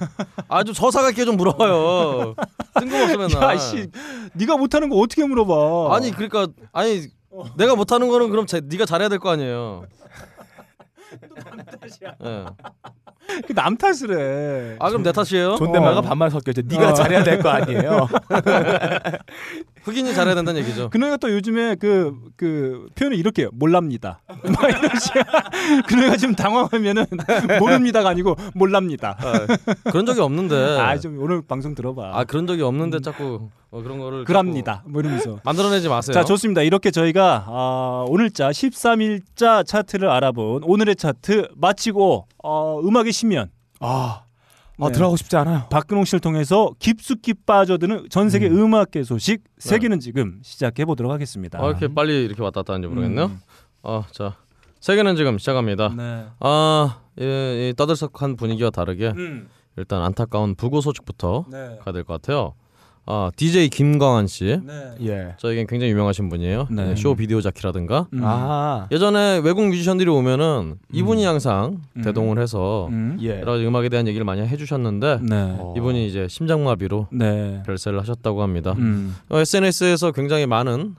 S4: 아주 서사가 있게 좀 물어봐요. 뜬금없어 맨날.
S2: 야, 씨, 네가 못하는 거 어떻게 물어봐?
S4: 네. 아니 그러니까 아니 내가 못하는 거는 그럼 제, 네가 잘해야 될 거 아니에요. 예.
S2: 그남 탓을 해.
S4: 아 그럼 내 탓이에요?
S3: 존댓말과 반말 섞여져. 네가
S2: 어.
S3: 잘해야 될 거 아니에요.
S4: 흑인이 잘해야 된다는 얘기죠.
S2: 그놈이 또 요즘에 그, 그 표현을 이렇게 해요. 몰랍니다. *laughs* 막 이러시. *laughs* 그놈이가 지금 당황하면은 *laughs* 모릅니다가 아니고 몰랍니다.
S4: 아, 그런 적이 없는데.
S2: 아 좀 오늘 방송 들어봐.
S4: 아, 그런 적이 없는데 자꾸 어, 그런 거를
S2: 그랍니다. 뭐 이러면서.
S4: 자꾸 만들어내지 마세요.
S2: 자 좋습니다. 이렇게 저희가 아, 오늘자 13일자 차트를 알아본 오늘의 차트 마치고 어, 음악의 심연
S3: *laughs* 아,
S2: 네.
S3: 아 들어가고 싶지 않아요.
S2: 박근홍 씨를 통해서 깊숙이 빠져드는 전 세계 음. 악계 소식 세계는 지금 시작해 보도록 하겠습니다.
S4: 네. 아, 이렇게 빨리 이렇게 왔다 갔다 하는지 모르겠네요.
S2: 음.
S4: 어, 자 세계는 지금 시작합니다.
S2: 네.
S4: 아, 예, 이 떠들썩한 분위기와 다르게
S2: 음.
S4: 일단 안타까운 부고 소식부터
S2: 네.
S4: 가야 될 것 같아요. 아, DJ 김광한 씨,
S2: 네.
S3: 예.
S4: 저에겐 굉장히 유명하신 분이에요.
S2: 네.
S4: 네, 쇼 비디오 자키라든가.
S2: 음.
S3: 아,
S4: 예전에 외국 뮤지션들이 오면은 이분이 항상
S2: 음.
S4: 대동을 해서
S2: 음.
S3: 예.
S4: 여러 가지 음악에 대한 얘기를 많이 해주셨는데
S2: 네.
S3: 어.
S4: 이분이 이제 심장마비로
S2: 네.
S4: 별세를 하셨다고 합니다.
S2: 음.
S4: 어, SNS에서 굉장히 많은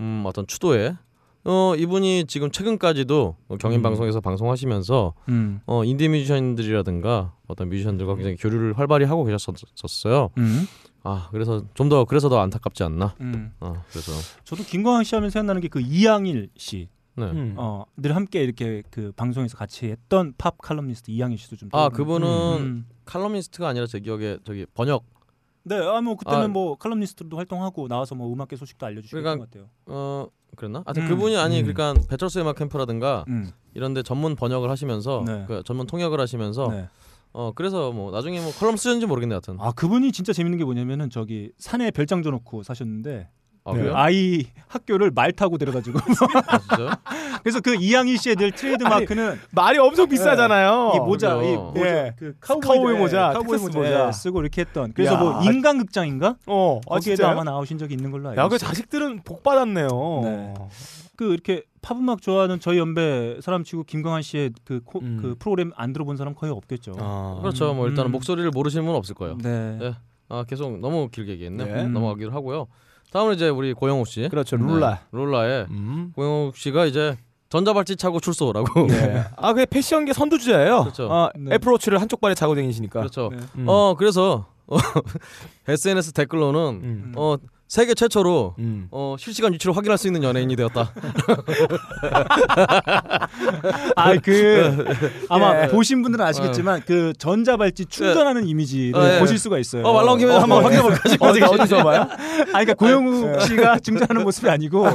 S4: 음, 어떤 추도에 어, 이분이 지금 최근까지도 경인
S2: 음.
S4: 방송에서 방송하시면서
S2: 음.
S4: 어, 인디 뮤지션들이라든가 어떤 뮤지션들과 굉장히 교류를 활발히 하고 계셨었어요.
S2: 음.
S4: 아 그래서 좀 더 그래서 더 안타깝지 않나.
S2: 음.
S4: 어, 그래서
S2: 저도 김광현 씨 하면 생각나는 게 그 이양일 씨.
S4: 네.
S3: 음.
S2: 어, 늘 함께 이렇게 그 방송에서 같이 했던 팝 칼럼니스트 이양일 씨도 좀
S4: 아
S2: 떠오르네요.
S4: 그분은
S2: 음.
S4: 칼럼니스트가 아니라 제 기억에 저기 번역
S2: 네, 아뭐 그때는
S4: 아.
S2: 뭐 칼럼니스트로도 활동하고 나와서 뭐 음악계 소식도 알려주시고
S4: 그러니까-
S2: 그런 것 같아요.
S4: 어 그랬나? 하여튼
S2: 음.
S4: 그분이 아니
S2: 음.
S4: 그러니까 배철수의 음악 캠프라든가
S2: 음.
S4: 이런데 전문 번역을 하시면서
S2: 네.
S4: 그 전문 통역을 하시면서
S2: 네.
S4: 어 그래서 뭐 나중에 뭐 컬럼 쓰셨는지 모르겠네 하여튼.
S2: 아 그분이 진짜 재밌는 게 뭐냐면은 저기 산에 별장 줘놓고 사셨는데
S4: 아,
S2: 그
S4: 그래요?
S2: 아이 학교를 말 타고 데려가지고 *laughs*
S4: 아, 진짜요?
S2: 그래서 그 이양희 씨의 늘 트레이드 마크는
S3: 말이 엄청 비싸잖아요.
S2: 이 모자,
S4: 그래요.
S2: 이 모자,
S3: 어, 예.
S2: 그 카우보이,
S3: 카우보이 모자,
S2: 카우보이
S3: 텍사스
S2: 모자,
S3: 모자.
S2: 예, 쓰고 이렇게 했던. 그래서
S3: 야.
S2: 뭐 인간극장인가?
S3: 어, 아
S2: 거기에도 아마
S3: 진짜.
S2: 나오신 적이 있는 걸로 알고
S3: 야,
S2: 있어요.
S3: 그 자식들은 복 받았네요.
S2: 네. 그 이렇게 팝음악 좋아하는 저희 연배 사람치고 김광한 씨의 그, 코,
S3: 음.
S2: 그 프로그램 안 들어본 사람 거의 없겠죠.
S3: 아.
S4: 그렇죠. 뭐 일단은
S2: 음.
S4: 목소리를 모르시는 분은 없을 거예요.
S2: 네.
S4: 네. 아 계속 너무 길게 얘기했네. 음,
S3: 네.
S4: 넘어가기로 하고요. 다음은 이제 우리 고영욱 씨.
S3: 그렇죠. 룰라.
S4: 롤라의
S3: 음.
S4: 고영욱 씨가 이제 전자발찌 차고 출소라고.
S3: 네. 아, 그게 패션계 선두주자예요.
S4: 그렇죠.
S3: 아,
S2: 네.
S3: 애플워치를 한쪽 발에 자고 다니시니까.
S4: *laughs* 그렇죠.
S2: 네.
S3: 음.
S4: 어 그래서 어, *laughs* SNS 댓글로는
S3: 음.
S4: 어 세계 최초로
S3: 음.
S4: 어 실시간 유치를 확인할 수 있는 연예인이
S3: *laughs*
S4: 되었다. *laughs*
S2: 아그
S4: 네.
S2: 아마
S3: 예.
S2: 보신 분들은 아시겠지만 그 전자발찌 충전하는 이미지를
S4: 어, 예.
S2: 보실 수가 있어요.
S4: 어말 나온 김에 한번 확인해 볼까 싶어.
S3: 네. 어디 어디서 봐요?
S2: 아, 그러니까
S4: 네.
S2: 고영욱 씨가 증전하는 모습이 아니고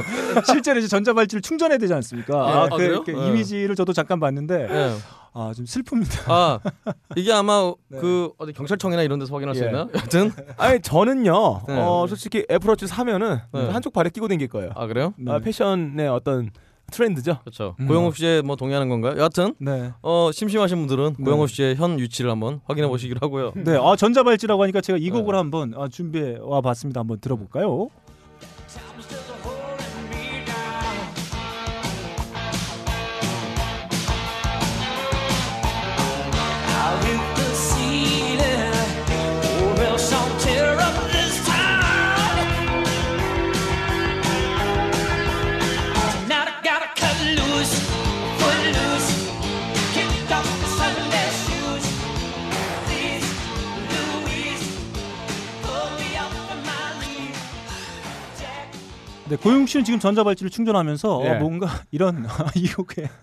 S2: 실제로 이제 전자발찌를 충전해야 되지 않습니까? 아,
S4: 아,
S2: 그,
S4: 그래요?
S2: 그
S4: 예.
S2: 이미지를 저도 잠깐 봤는데
S4: 예.
S2: 아, 좀 슬픕니다.
S4: 아 이게 아마
S2: 네.
S4: 그 어디 경찰청이나 이런 데서 확인할 수
S3: 예.
S4: 있나? 여튼
S3: 아니, 저는요.
S4: 네.
S3: 어, 솔직히 애플워치 사면은
S4: 네.
S3: 한쪽 발에 끼고 다닐 거예요.
S4: *laughs* 아 그래요?
S2: 네.
S3: 아, 패션의 어떤 트렌드죠.
S4: 그렇죠.
S2: 음.
S4: 고영욱 씨의 뭐 동의하는 건가요? 여하튼
S2: 네.
S4: 어 심심하신 분들은
S2: 네.
S4: 고영욱 씨의 현 위치를 한번 확인해 보시기로 하고요.
S3: 음.
S2: 네, 아 전자발찌라고 하니까 제가 이 곡을
S4: 네.
S2: 한번 아, 준비해 와 봤습니다. 한번 들어볼까요?
S7: Time's just holding me down. I'll hit the ceiling, or else I'll tear up this town. Tonight I gotta cut loose, foot loose, kick off the Sunday shoes. Please, Louise, pull me up from my knees. Jack.
S2: 네, 고용 씨는 지금 전자발찌를 충전하면서
S3: 예.
S2: 어, 뭔가 *laughs* 이런 이 곡의 *laughs*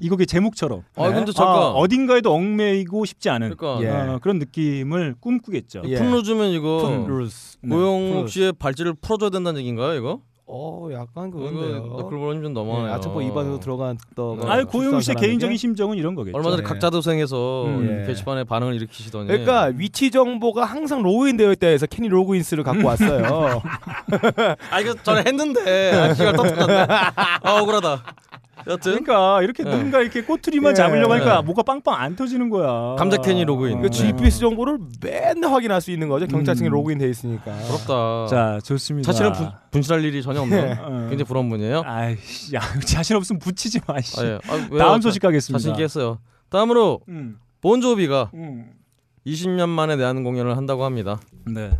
S2: 이 곡의 제목처럼
S4: 아 근데 잠깐
S2: 아, 어딘가에도 얽매이고 싶지 않은
S4: 그러니까
S3: 예.
S2: 어, 그런 느낌을 꿈꾸겠죠.
S4: 그
S2: 네.
S3: 예. 네,
S4: 푼루즈면 이거
S3: 푼루스.
S4: 예. 고영욱
S3: 푼루스.
S4: 씨의 발찌를 풀어줘야 된다는 얘기인가요? 이거?
S3: 어 약간
S4: 이거
S3: 그건데요.
S4: 너클볼은 좀
S3: 네,
S4: 넘어가네요.
S3: 아초포 입안으로 들어간 또
S4: 어,
S2: 아니 고영욱 씨의
S3: 불쌍한
S2: 개인적인
S3: 게.
S2: 심정은 이런 거겠죠.
S4: 얼마 전에
S3: 네.
S4: 각자도생에서
S3: 음,
S4: 이렇게
S3: 예.
S4: 게시판에 반응을 일으키시더니
S3: 그러니까 위치 정보가 항상 로그인 되어 있다 해서 캐니 로그인스를 갖고 *laughs* 왔어요. 그러니까
S4: 아 이거 전에 했는데 아, 기가 터졌네. 아 억울하다. 여튼
S2: 그러니까 이렇게
S4: 네.
S2: 누군가 이렇게 꼬투리만
S3: 예.
S2: 잡으려고 하니까
S4: 네.
S2: 뭐가 빵빵 안 터지는 거야.
S4: 감자캔이 로그인.
S2: 어.
S3: 그
S4: 네.
S3: GPS 정보를 맨날 확인할 수 있는 거죠. 경찰청에
S2: 음.
S3: 로그인 돼 있으니까.
S4: 부럽다.
S2: 자 좋습니다.
S4: 사실은 분, 분실할 일이 전혀
S3: 네.
S4: 없는
S2: 어.
S4: 굉장히
S3: *laughs*
S4: 부러운 분이에요.
S2: 아이씨, 야, *laughs* 자신 없으면 붙이지 마. 씨.
S4: 아, 예. 아, 왜요?
S2: 다음 소식 가겠습니다.
S4: 자신 있게 했어요. 다음으로
S2: 음,
S4: 본조비가
S2: 음.
S4: 20년 만에 내한 공연을 한다고 합니다.
S2: 네.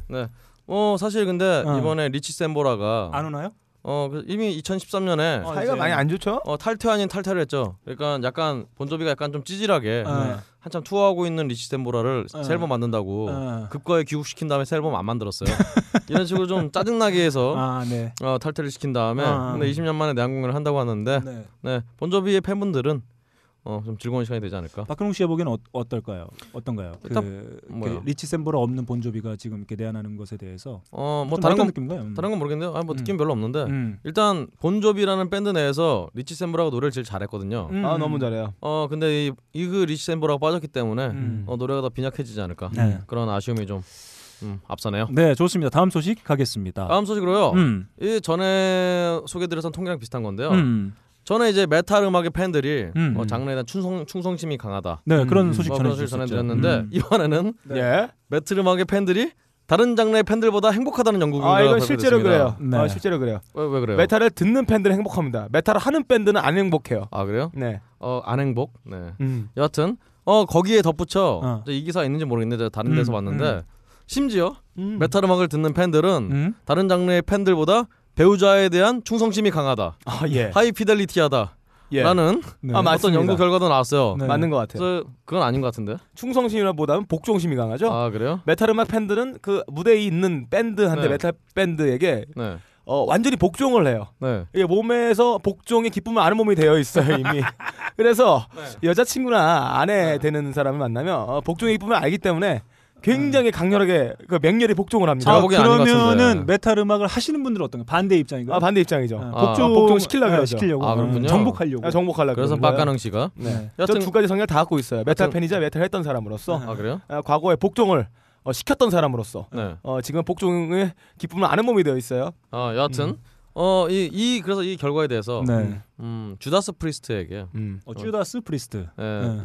S4: 어 사실 근데
S2: 어. 이번에
S4: 이번에 리치 셈보라가
S2: 안 오나요?
S4: 어 그- 이미 2013년에 어.
S3: 사이가
S2: 이제-
S3: 많이 안 좋죠?
S4: 탈퇴 아닌 탈퇴를 했죠. 그러니까 약간 본조비가 약간 좀 찌질하게
S2: 네.
S4: 한참 투어하고 있는 리치 셈보라를
S2: 어.
S4: 새 앨범 만든다고
S2: 어.
S4: 급거에 귀국시킨 다음에 새 앨범 안 만들었어요. *laughs* 이런 식으로 좀 짜증나게 해서
S2: 아 네.
S4: 어, 탈퇴를 시킨 다음에
S2: 아.
S4: 근데 20년 만에 내한 공연을 한다고 하는데
S2: 네.
S4: 네, 본조비의 팬분들은 어, 좀 즐거운 시간이 되지 않을까.
S2: 박근홍 씨의 보기에는 어, 어떨까요? 어떤가요? 그,
S4: 일단
S2: 그
S4: 뭐요?
S2: 리치 셈보라 없는 본조비가 지금 이렇게 대안하는 것에 대해서
S4: 어, 뭐
S2: 좀
S4: 다른
S2: 어떤
S4: 건
S2: 느낌인가요? 음.
S4: 다른 건 모르겠는데요. 아, 뭐
S2: 음.
S4: 느낌 별로 없는데
S2: 음.
S4: 일단 본조비라는 밴드 내에서 리치 샘보라가 노래를 제일 잘했거든요.
S2: 음.
S3: 아 너무 잘해요.
S4: 어 근데 이, 이그 리치 샘보라가 빠졌기 때문에
S2: 음.
S4: 어, 노래가 더 빈약해지지 않을까
S2: 네.
S4: 그런 아쉬움이 좀 음, 앞서네요.
S2: 네, 좋습니다. 다음 소식 가겠습니다.
S4: 다음 소식으로요.
S2: 음.
S4: 이 전에 소개드렸던 통계랑 비슷한 건데요.
S2: 음.
S4: 전에 이제 메탈 음악의 팬들이
S2: 음.
S4: 어, 장르에 대한 충성 충성심이 강하다.
S2: 네, 그런
S3: 음.
S2: 소식
S4: 뭐
S2: 전해
S4: 그런 소식
S2: 주셨죠. 음.
S4: 전해드렸는데 이번에는
S3: 예.
S4: 메탈 음악의 팬들이 다른 장르의 팬들보다 행복하다는 연구가
S3: 아 이건 실제로 그래요.
S2: 네.
S3: 아, 실제로 그래요.
S4: 왜, 왜 그래요?
S3: 메탈을 듣는 팬들은 행복합니다. 메탈을 하는 밴드는 안 행복해요.
S4: 아 그래요?
S3: 네.
S4: 어 안 행복? 네.
S3: 음.
S4: 여하튼 어 거기에 덧붙여
S2: 어.
S4: 이제 이 기사 있는지 모르겠는데 제가 다른
S2: 음,
S4: 데서 봤는데
S2: 음.
S4: 심지어
S3: 음.
S4: 메탈 음악을 듣는 팬들은
S2: 음.
S4: 다른 장르의 팬들보다 배우자에 대한 충성심이 강하다,
S3: 아 예.
S4: 하이 피델리티하다라는
S3: 예.
S2: 네.
S3: 아, 맞-
S4: 어떤
S3: 맞습니다.
S4: 연구 결과도 나왔어요.
S2: 네.
S3: 맞는 것 같아요.
S4: 그래서 그건 아닌 것 같은데.
S3: 충성심이라보다는 복종심이 강하죠.
S4: 아 그래요?
S3: 메탈 음악 팬들은 그 무대에 있는 밴드한테
S4: 네.
S3: 메탈 밴드에게
S4: 네.
S3: 어, 완전히 복종을 해요.
S4: 네.
S3: 이게 몸에서 복종의 기쁨을 아는 몸이 되어 있어요
S4: *laughs*
S3: 이미. 그래서
S4: 네.
S3: 여자친구나 아내 되는 사람을 만나면 어, 복종의 기쁨을 알기 때문에
S4: 음.
S3: 굉장히 강렬하게 그 맹렬히 복종을 합니다.
S4: 제가 보기엔 아닌 것
S2: 그러면은
S4: 같은데.
S2: 메탈 음악을 하시는 분들은 어떤가? 반대 입장인가요?
S3: 아 반대 입장이죠.
S2: 아,
S4: 아,
S2: 복종
S3: 복종 시키려고 그러죠.
S2: 시키려고. 음,
S4: 아, 그렇군요.
S2: 정복하려고.
S3: 아, 정복하려고.
S4: 그래서
S3: 그러는 거예요.
S4: 박가능 씨가
S3: 네.
S4: 여하튼- 아,
S3: 저두 가지 성향을 다 갖고 있어요. 메탈
S4: 여하튼-
S3: 팬이자 메탈 했던 사람으로서
S4: 아 그래요?
S3: 아, 과거에 복종을 어, 시켰던 사람으로서
S4: 네.
S3: 어, 지금 복종의 기쁨을 아는 몸이 되어 있어요.
S4: 아 여하튼 어 이 이 그래서 이 결과에 대해서
S2: 네.
S4: 음 주다스 프리스트에게 예,
S3: 음.
S2: 어, 주다스 프리스트. 네.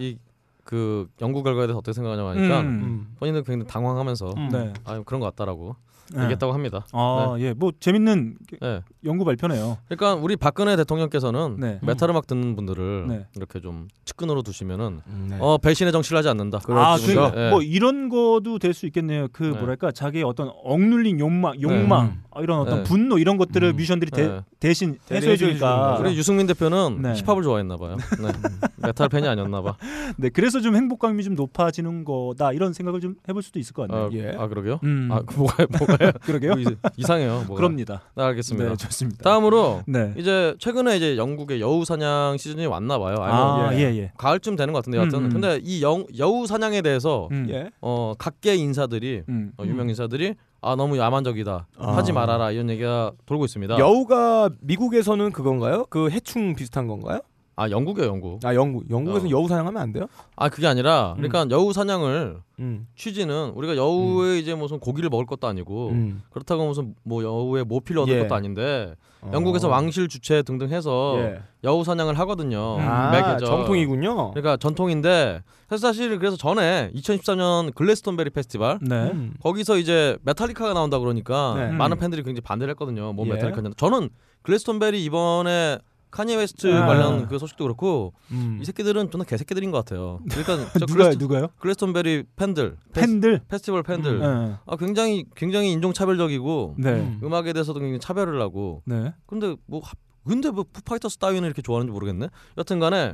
S4: 이그 연구 결과에 대해서 어떻게 생각하냐고 하니까
S2: 음.
S3: 음.
S4: 본인도 굉장히 당황하면서
S3: 음.
S2: 네.
S4: 아 그런 것 같다라고
S2: 네.
S4: 얘기했다고 네. 합니다.
S2: 아, 예. 뭐 재밌는
S4: 예.
S2: 연구 발표네요.
S4: 그러니까 우리 박근혜 대통령께서는
S2: 네.
S4: 메탈 음악 듣는 분들을
S2: 네.
S4: 이렇게 좀 측근으로 두시면은
S3: 음, 네.
S4: 어 배신의 정치를 하지 않는다.
S2: 아,
S3: 그렇죠.
S2: 그러니까
S4: 예.
S2: 뭐 이런 거도 될 수 있겠네요. 그
S4: 네.
S2: 뭐랄까 자기의 어떤 억눌린 욕망, 욕망
S3: 음.
S2: 아, 이런 어떤
S4: 네.
S2: 분노 이런 것들을
S3: 음.
S2: 뮤지션들이 대,
S4: 네.
S2: 대신 해소해 주니까.
S4: 우리 유승민 대표는
S2: 아. 네.
S4: 힙합을 좋아했나 봐요. 네.
S2: *laughs*
S4: 메탈 팬이 아니었나 봐.
S2: 네, 그래서 좀 행복감이 좀 높아지는 거다 이런 생각을 좀 해볼 수도 있을 것 같네요.
S4: 아,
S3: 예.
S4: 아 그러게요.
S2: 음,
S4: 아 그 뭐가요? 뭐가요?
S2: *laughs* 그러게요.
S4: 뭐 이- 이상해요. 뭐가.
S2: 그럽니다.
S4: 네, 알겠습니다.
S2: 네, 좋습니다.
S4: 다음으로
S2: 네.
S4: 이제 최근에 이제 영국의 여우 사냥 시즌이 왔나 봐요. 어, 아니면
S2: 아, 예, 예.
S4: 가을쯤 되는 것 같은데 여하튼
S2: 음, 음.
S4: 근데 이 영, 여우 사냥에 대해서
S2: 음.
S3: 예.
S4: 어 각계 인사들이
S2: 음.
S4: 어, 유명 인사들이 아 너무 야만적이다
S3: 아.
S4: 하지 말아라 이런 얘기가 돌고 있습니다.
S3: 여우가 미국에서는 그건가요? 그 해충 비슷한 건가요?
S4: 아 영국이요 영국.
S3: 아 영국 영국에서는
S4: 어.
S3: 여우 사냥하면 안 돼요?
S4: 아 그게 아니라 그러니까 여우 사냥을
S3: 음.
S4: 취지는 우리가 여우의 이제 무슨 고기를 먹을 것도 아니고
S3: 음.
S4: 그렇다고 무슨 뭐 여우의 모피를 얻을
S3: 예. 어.
S4: 것도 아닌데 영국에서 왕실 주체 등등 해서
S3: 예.
S4: 여우 사냥을 하거든요.
S3: 아,
S4: 음, 매개죠.
S3: 정통이군요.
S4: 그러니까 전통인데 사실 사실 그래서 전에 2013년 글래스톤베리 페스티벌
S2: 네.
S3: 음.
S4: 거기서 이제 메탈리카가 나온다 그러니까
S3: 네.
S4: 많은 팬들이 굉장히 반대를 했거든요. 뭐
S3: 예.
S4: 메탈리카냐. 저는 글래스톤베리 이번에 카니 웨스트
S2: 아.
S4: 관련 그 소식도 그렇고
S3: 음.
S4: 이 새끼들은 저는 개새끼들인 것 같아요. 그러니까
S2: 누가요?
S4: 저 글래스톤,
S2: 누가요?
S4: 글래스톤베리 팬들, 페스,
S2: 팬들.
S4: 페스티벌 팬들,
S2: 네.
S4: 아 굉장히 굉장히 인종차별적이고
S2: 네.
S3: 음.
S4: 음악에 대해서도 굉장히 차별을 하고
S2: 네.
S4: 근데 뭐 합- 근데 뭐 푸파이터스 따위는 이렇게 좋아하는지 모르겠네. 여튼간에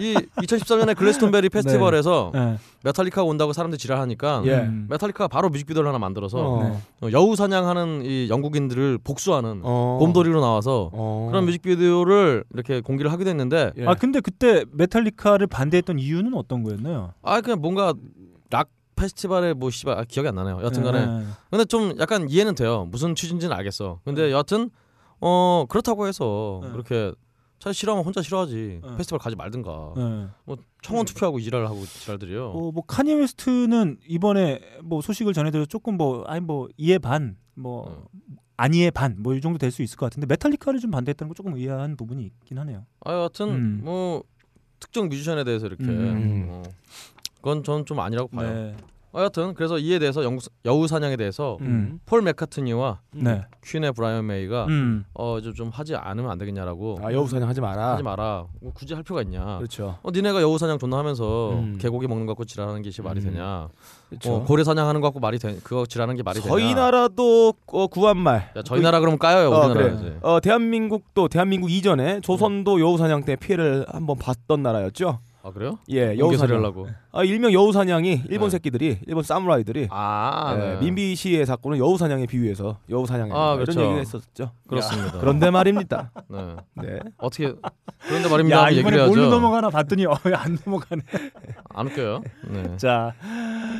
S4: 이 2013년에 글래스톤베리 페스티벌에서
S2: 네.
S4: 메탈리카가 온다고 사람들이 지랄하니까
S3: 예.
S2: 음.
S4: 메탈리카가 바로 뮤직비디오를 하나 만들어서
S3: 어.
S2: 네.
S4: 어, 여우 사냥하는 이 영국인들을 복수하는
S3: 어.
S4: 곰돌이로 나와서
S3: 어.
S4: 그런 뮤직비디오를 이렇게 공개를 하게 됐는데
S3: 예.
S2: 아, 근데 그때 메탈리카를 반대했던 이유는 어떤 거였나요?
S4: 아 그냥 뭔가 락 페스티벌에 뭐 씨발 아, 기억이 안 나네요. 여튼간에
S2: 네.
S4: 근데 좀 약간 이해는 돼요. 무슨 취지인지는 알겠어. 근데 여하튼 어 그렇다고 해서
S2: 네.
S4: 그렇게 차라리 싫어하면 혼자 싫어하지
S2: 네.
S4: 페스티벌 가지 말든가
S2: 네.
S4: 뭐 청원 투표하고 지랄을 하고 지랄들이요.
S2: 어, 뭐 카니 웨스트는 이번에 뭐 소식을 전해드려 조금 뭐 아니 뭐 이해 반뭐
S4: 어.
S2: 아니의 반뭐 이 정도 될 수 있을 것 같은데 메탈리카를 좀 반대했다는 거 조금 의아한 부분이 있긴 하네요.
S4: 아 여하튼
S2: 음.
S4: 뭐 특정 뮤지션에 대해서 이렇게
S2: 음.
S4: 어, 그건 저는 좀 아니라고 봐요.
S2: 네.
S4: 아, 여하튼 그래서 이에 대해서 영국 사- 여우 사냥에 대해서
S2: 음.
S4: 폴 맥카트니와
S3: 음.
S2: 네.
S4: 퀸의 브라이언 메이가
S2: 음.
S4: 어 이제 좀 하지 않으면 안 되겠냐라고
S3: 아 여우사냥 하지 마라.
S4: 하지 마라. 뭐 굳이 할 필요가 있냐.
S3: 그렇죠.
S4: 어 니네가 여우 사냥 존나 하면서
S3: 음.
S4: 개고기 먹는 거 갖고 지랄하는 게 씨 말이
S3: 음.
S4: 되냐.
S3: 그렇죠.
S4: 어, 고래 사냥하는 거 갖고 말이 되 그거 지랄하는 게 말이
S3: 저희
S4: 되냐.
S3: 나라도 어, 구한말.
S4: 야, 저희 나라 그러면 까요
S3: 어,
S4: 우리나라
S3: 그래.
S4: 이제.
S3: 어 대한민국도 대한민국 이전에 조선도 여우사냥 때 피해를 한번 봤던 나라였죠.
S4: 아 그래요?
S3: 예,
S4: 여우사를
S3: 여우사냥.
S4: 하려고.
S3: 아, 일명 여우사냥이 일본
S4: 네.
S3: 새끼들이 일본 사무라이들이
S4: 아
S3: 예,
S4: 네.
S3: 민비 씨의 사건은 여우사냥에 비유해서 여우사냥이
S4: 아, 그렇죠.
S3: 이런 얘기를 했었죠.
S4: 그렇습니다.
S3: 그런데 말입니다.
S4: 네.
S3: 네.
S4: 어떻게 그런데 말입니다. 하면 얘기를 해야죠.
S2: 뭘로 넘어가나 봤더니 *laughs* 어, 안 넘어가네.
S4: 안 웃겨요.
S3: *laughs*
S4: 네.
S2: 자,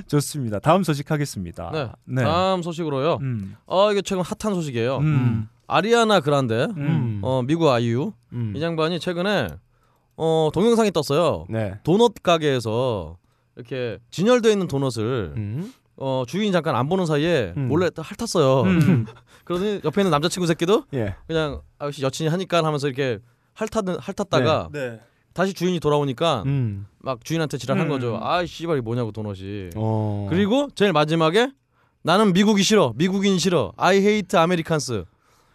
S2: 좋습니다. 다음 소식 하겠습니다.
S4: 네. 다음 소식으로요.
S2: 음.
S4: 아 이게 최근 핫한 소식이에요.
S2: 음.
S4: 아리아나 그란데,
S2: 음.
S4: 어 미국 아이유
S3: 음.
S4: 이 양반이 최근에 어 동영상이 떴어요.
S3: 네.
S4: 도넛 가게에서 이렇게 진열되어 있는 도넛을
S3: 음.
S4: 어 주인이 잠깐 안 보는 사이에
S3: 음.
S4: 몰래 또 핥았어요.
S2: 음.
S4: 그러더니 옆에 있는 남자친구 새끼도
S3: 예.
S4: 그냥 아 역시 여친이 하니까 하면서 이렇게 핥았 핥았다가
S2: 네.
S4: 다시 주인이 돌아오니까
S3: 음.
S4: 막 주인한테 지랄한
S2: 음.
S4: 거죠. 아 씨발 이 뭐냐고 도넛이.
S3: 어.
S4: 그리고 제일 마지막에 나는 미국이 싫어. 미국인 싫어. I hate Americans.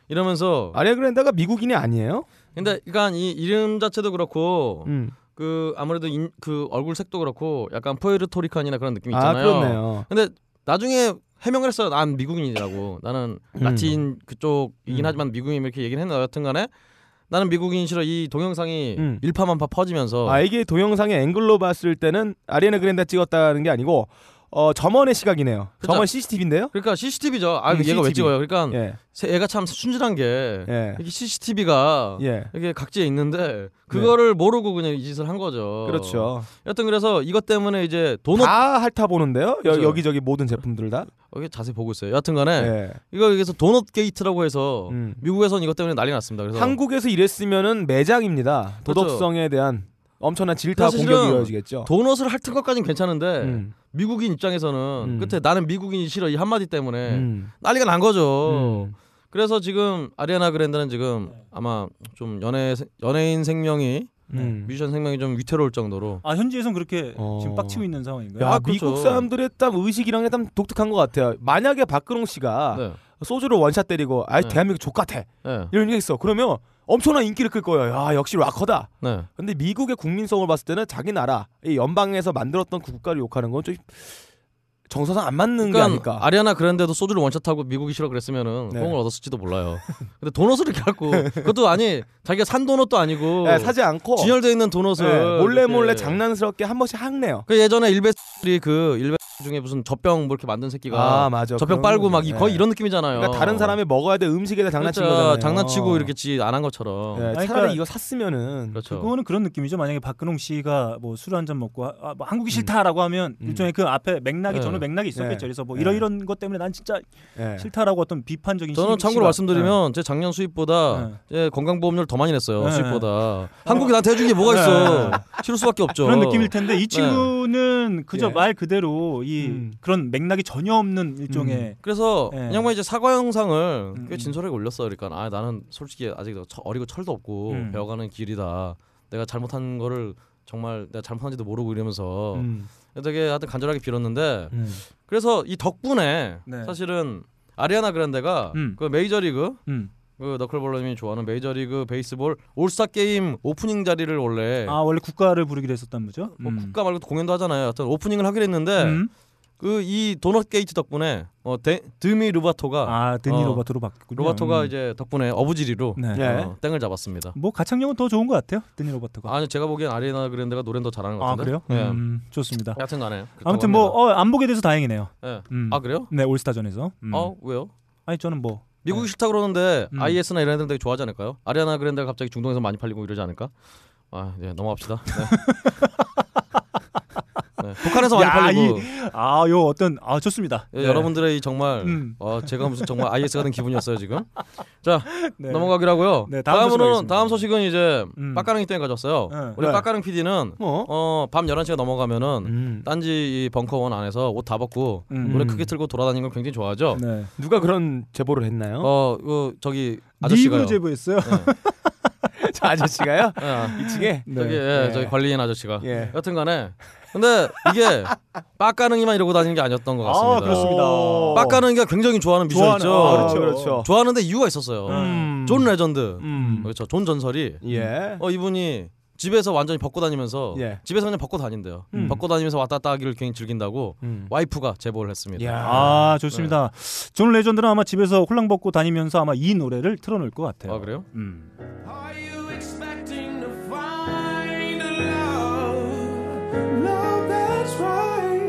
S4: 이러면서
S3: 아리아 그랜데가 미국인이 아니에요?
S4: 근데 약간 이 이름 자체도 그렇고
S3: 음.
S4: 그 아무래도 인, 그 얼굴 색도 그렇고 약간 포에르토리칸이나 그런 느낌이
S3: 아,
S4: 있잖아요.
S3: 그렇네요.
S4: 근데 나중에 해명을 했어요. 난 미국인이라고. 나는
S3: 음.
S4: 라틴 그쪽이긴
S3: 음.
S4: 하지만 미국인 이렇게 얘기는 했나 여튼간에 나는 미국인 싫어. 이 동영상이
S3: 음.
S4: 일파만파 퍼지면서
S3: 아 이게 동영상의 앵글로 봤을 때는 아리아나 그랜데 찍었다는 게 아니고 어 점원의 시각이네요.
S4: 그렇죠.
S3: 점원 CCTV인데요?
S4: 그러니까 CCTV죠. 아
S3: 음,
S4: 얘가 왜
S3: CCTV.
S4: 찍어요? 그러니까
S3: 예.
S4: 새- 얘가 참 순진한 게
S3: 예.
S4: 이렇게 CCTV가
S3: 예. 네.
S4: 이게 각지에 있는데 그거를 모르고 그냥 이 짓을 한 거죠.
S3: 그렇죠.
S4: 여튼 그래서 이것 때문에 이제 도넛
S3: 다 핥아보는데요.
S4: 그렇죠.
S3: 여, 기저기 모든 제품들 다.
S4: 여기 자세히 보고 있어요. 여튼간에
S3: 예.
S4: 이거 여기서 도넛 게이트라고 해서
S3: 음.
S4: 미국에선 이것 때문에 난리 났습니다. 어. 그래서 그렇죠.
S3: 한국에서 이랬으면은 매장입니다. 도덕성에 대한 엄청난 질타
S4: 사실은
S3: 공격이 이어지겠죠.
S4: 도넛을 네. 핥은 것까진 괜찮은데
S3: 음.
S4: 미국인 입장에서는
S3: 음.
S4: 끝에 나는 미국인이 싫어 이 한마디 때문에
S3: 음.
S4: 난리가 난 거죠.
S3: 음.
S4: 그래서 지금 아리아나 그랜드는 지금 아마 좀 연애 세- 연예인 생명이
S3: 음.
S4: 뮤지션 생명이 좀 위태로울 정도로
S2: 아 현지에선 그렇게
S3: 어.
S2: 지금 빡치고 있는 상황인가요?
S3: 야
S4: 아, 그렇죠.
S3: 미국 사람들의 땀 의식이랑 땀 독특한 것 같아요. 만약에 박근홍 씨가
S4: 네.
S3: 소주로 원샷 때리고 아
S4: 네.
S3: 대한민국 족같아
S4: 네.
S3: 이런 얘기 있어. 그러면 엄청난 인기를 끌 거예요. 야 역시 락커다.
S4: 네.
S3: 근데 미국의 국민성을 봤을 때는 자기 나라 이 연방에서 만들었던 그 국가를 욕하는 건 좀 정서상 안 맞는 게
S4: 그러니까
S3: 아닐까.
S4: 아리아나 그란데도 소주를 원샷하고 미국이 싫어 그랬으면은
S3: 네.
S4: 공을 얻었을지도 몰라요. 근데 도넛을 이렇게
S3: *laughs*
S4: 갖고 그것도 아니 자기가 산 도넛도 아니고
S3: 네, 사지 않고
S4: 진열돼 있는 도넛을
S3: 네, 몰래
S4: 이렇게.
S3: 몰래 장난스럽게 한 번씩 학내요.
S4: 그 예전에 일베스들이 그 일베 중에 무슨 젖병 뭐 이렇게 만든 새끼가
S3: 아 맞아.
S4: 젖병
S3: 그런
S4: 빨고 막 이-
S3: 거죠.
S4: 거의
S3: 네.
S4: 이런 느낌이잖아요.
S3: 그러니까 다른 사람이 먹어야 될 음식에다 장난친
S4: 그렇죠.
S3: 거잖아요.
S4: 장난치고 이렇게 지 안 한 것처럼.
S3: 네,
S2: 아니,
S3: 차라리
S2: 그러니까-
S3: 이거 샀으면은
S4: 그렇죠.
S2: 그거는 그런 느낌이죠. 만약에 박근홍 씨가 뭐 술 한 잔 먹고 아, 아, 뭐 한국이 싫다라고 하면
S3: 음.
S2: 일종의 그 앞에 맥락이
S4: 네.
S2: 저는 맥락이 있었겠죠. 그래서 뭐
S3: 네.
S2: 이런 이런 것 때문에 난 진짜
S3: 예.
S2: 싫다라고 어떤 비판적인 네.
S4: 저는
S2: 시- 시각.
S4: 참고로 말씀드리면 제 작년 수입보다
S3: 예.
S2: 네.
S4: 제 건강보험료를 더 많이 냈어요
S2: 네.
S4: 수입보다 한국이 나한테 해준 게 뭐가
S3: 예.
S4: 있어 싫을 수밖에 없죠
S2: 그런 느낌일 텐데
S4: 네.
S2: 이 친구는 그저
S3: 예.
S2: 말 그대로 이
S3: 음.
S2: 그런 맥락이 전혀 없는 일종의
S4: 그래서
S3: 예.
S2: 네.
S4: 이 양반이 이제 사과 영상을
S2: 음,
S4: 꽤 진솔하게 올렸어요. 그러니까 아 나는 솔직히 아직 너 처- 어리고 철도 없고
S2: 음.
S4: 배워가는 길이다. 내가 잘못한 거를 정말 내가 잘못한지도 모르고 이러면서
S3: 음.
S4: 되게 하여튼 간절하게 빌었는데
S3: 음.
S4: 그래서 이 덕분에
S2: 네.
S4: 사실은 아리아나 그란데가
S2: 음.
S4: 그 메이저리그
S2: 음.
S4: 그 너클볼러님이 좋아하는 메이저리그 베이스볼 올스타 게임 오프닝 자리를 원래
S2: 아 원래 국가를 부르기로 했었단 거죠.
S4: 네. 뭐
S2: 음.
S4: 국가 말고 공연도 하잖아요. 하여튼 오프닝을 하기로 했는데
S2: 음.
S4: 그 이 도넛 게이트 덕분에 어 데, 드미 르바토가
S2: 아 데니
S4: 어.
S2: 로바토로 바뀌었군요.
S4: 로버토가
S2: 음.
S4: 이제 덕분에 어부지리로
S2: 네.
S3: 예.
S4: 어, 땡을 잡았습니다.
S2: 뭐 가창력은 더 좋은 것 같아요. 데니 로바토가.
S4: 아니 제가 보기엔 아리나 그랜데가 노래는 더 잘하는 것
S2: 아,
S4: 같은데.
S2: 그래요?
S4: 예.
S2: 음, 좋습니다.
S4: 하여튼 간에. 그렇다고
S2: 아무튼
S4: 합니다.
S2: 뭐 안 보게 돼서 다행이네요.
S4: 예.
S2: 음.
S4: 아 그래요?
S2: 네 올스타전에서. 음.
S4: 어 왜요?
S2: 아니 저는 뭐
S4: 미국이 싫다 그러는데
S2: 음.
S4: IS나 이런 애들 되게 좋아하지 않을까요? 아리아나 그랜데가 갑자기
S2: *laughs*
S4: 중동에서 많이 팔리고 이러지 않을까? 아, 네, 넘어갑시다. 네. 네, 북한에서 많이
S2: 야,
S4: 팔리고
S2: 아, 요 어떤 아 좋습니다.
S4: 예, 여러분들의 이 정말
S2: 음.
S4: 어, 제가 무슨 정말 IS 같은 기분이었어요 지금. 자
S2: *laughs* 네.
S4: 넘어가기로 하고요.
S2: 네, 다음 소식
S4: 다음으로는
S2: 가겠습니다.
S4: 다음 소식은 이제
S2: 음.
S4: 빡가릉이 때문에 가졌어요.
S2: 네.
S4: 우리
S3: 네.
S4: 빡가릉 PD는
S3: 뭐?
S4: 어, 밤 11시가 넘어가면은
S3: 음.
S4: 딴지 이 벙커원 안에서 옷 다 벗고
S2: 음.
S4: 노래 크게 틀고 돌아다니는 걸 굉장히 좋아하죠.
S2: 네.
S3: 누가 그런 제보를 했나요?
S4: 어, 그 저기 아저씨가요.
S2: 닉으로 제보했어요.
S3: 저 *laughs* 아저씨가요?
S4: 예,
S3: 이층에
S2: 네.
S4: 저기 예, 저기 관리인 아저씨가.
S3: 예.
S4: 여튼간에 근데 이게 빡가능이만 이러고 다니는 게 아니었던 것 같습니다.
S2: 아, 그렇습니다.
S4: 빡가능이가 굉장히 좋아하는 미소
S2: 좋아하는-
S4: 있죠.
S2: 아,
S3: 그렇죠, 그렇죠.
S4: 좋아하는데 이유가 있었어요.
S3: 음.
S4: 존 레전드.
S3: 음.
S4: 그렇죠. 존 전설이
S3: 예.
S4: 어 이분이 집에서 완전히 벗고 다니면서
S3: 예.
S4: 집에서 그냥 벗고 다닌대요.
S3: 음.
S4: 벗고 다니면서 왔다 갔다 하기를 굉장히 즐긴다고
S3: 음.
S4: 와이프가 제보를 했습니다.
S3: 야.
S2: 아, 좋습니다.
S4: 네.
S2: 존 레전드는 아마 집에서 홀랑 벗고 다니면서 아마 이 노래를 틀어 놓을 것 같아요.
S4: 아 그래요?
S2: 음.
S7: Are you expecting to find a love? Love that's right.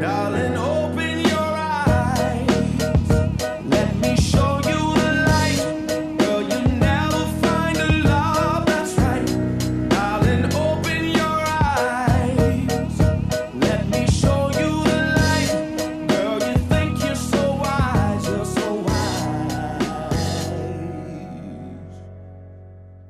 S7: Darling, open your eyes. Let me show you the light. Girl, you'll never find a love that's right. Darling, open your eyes. Let me show you the light. Girl, you think you're so wise. You're so wise.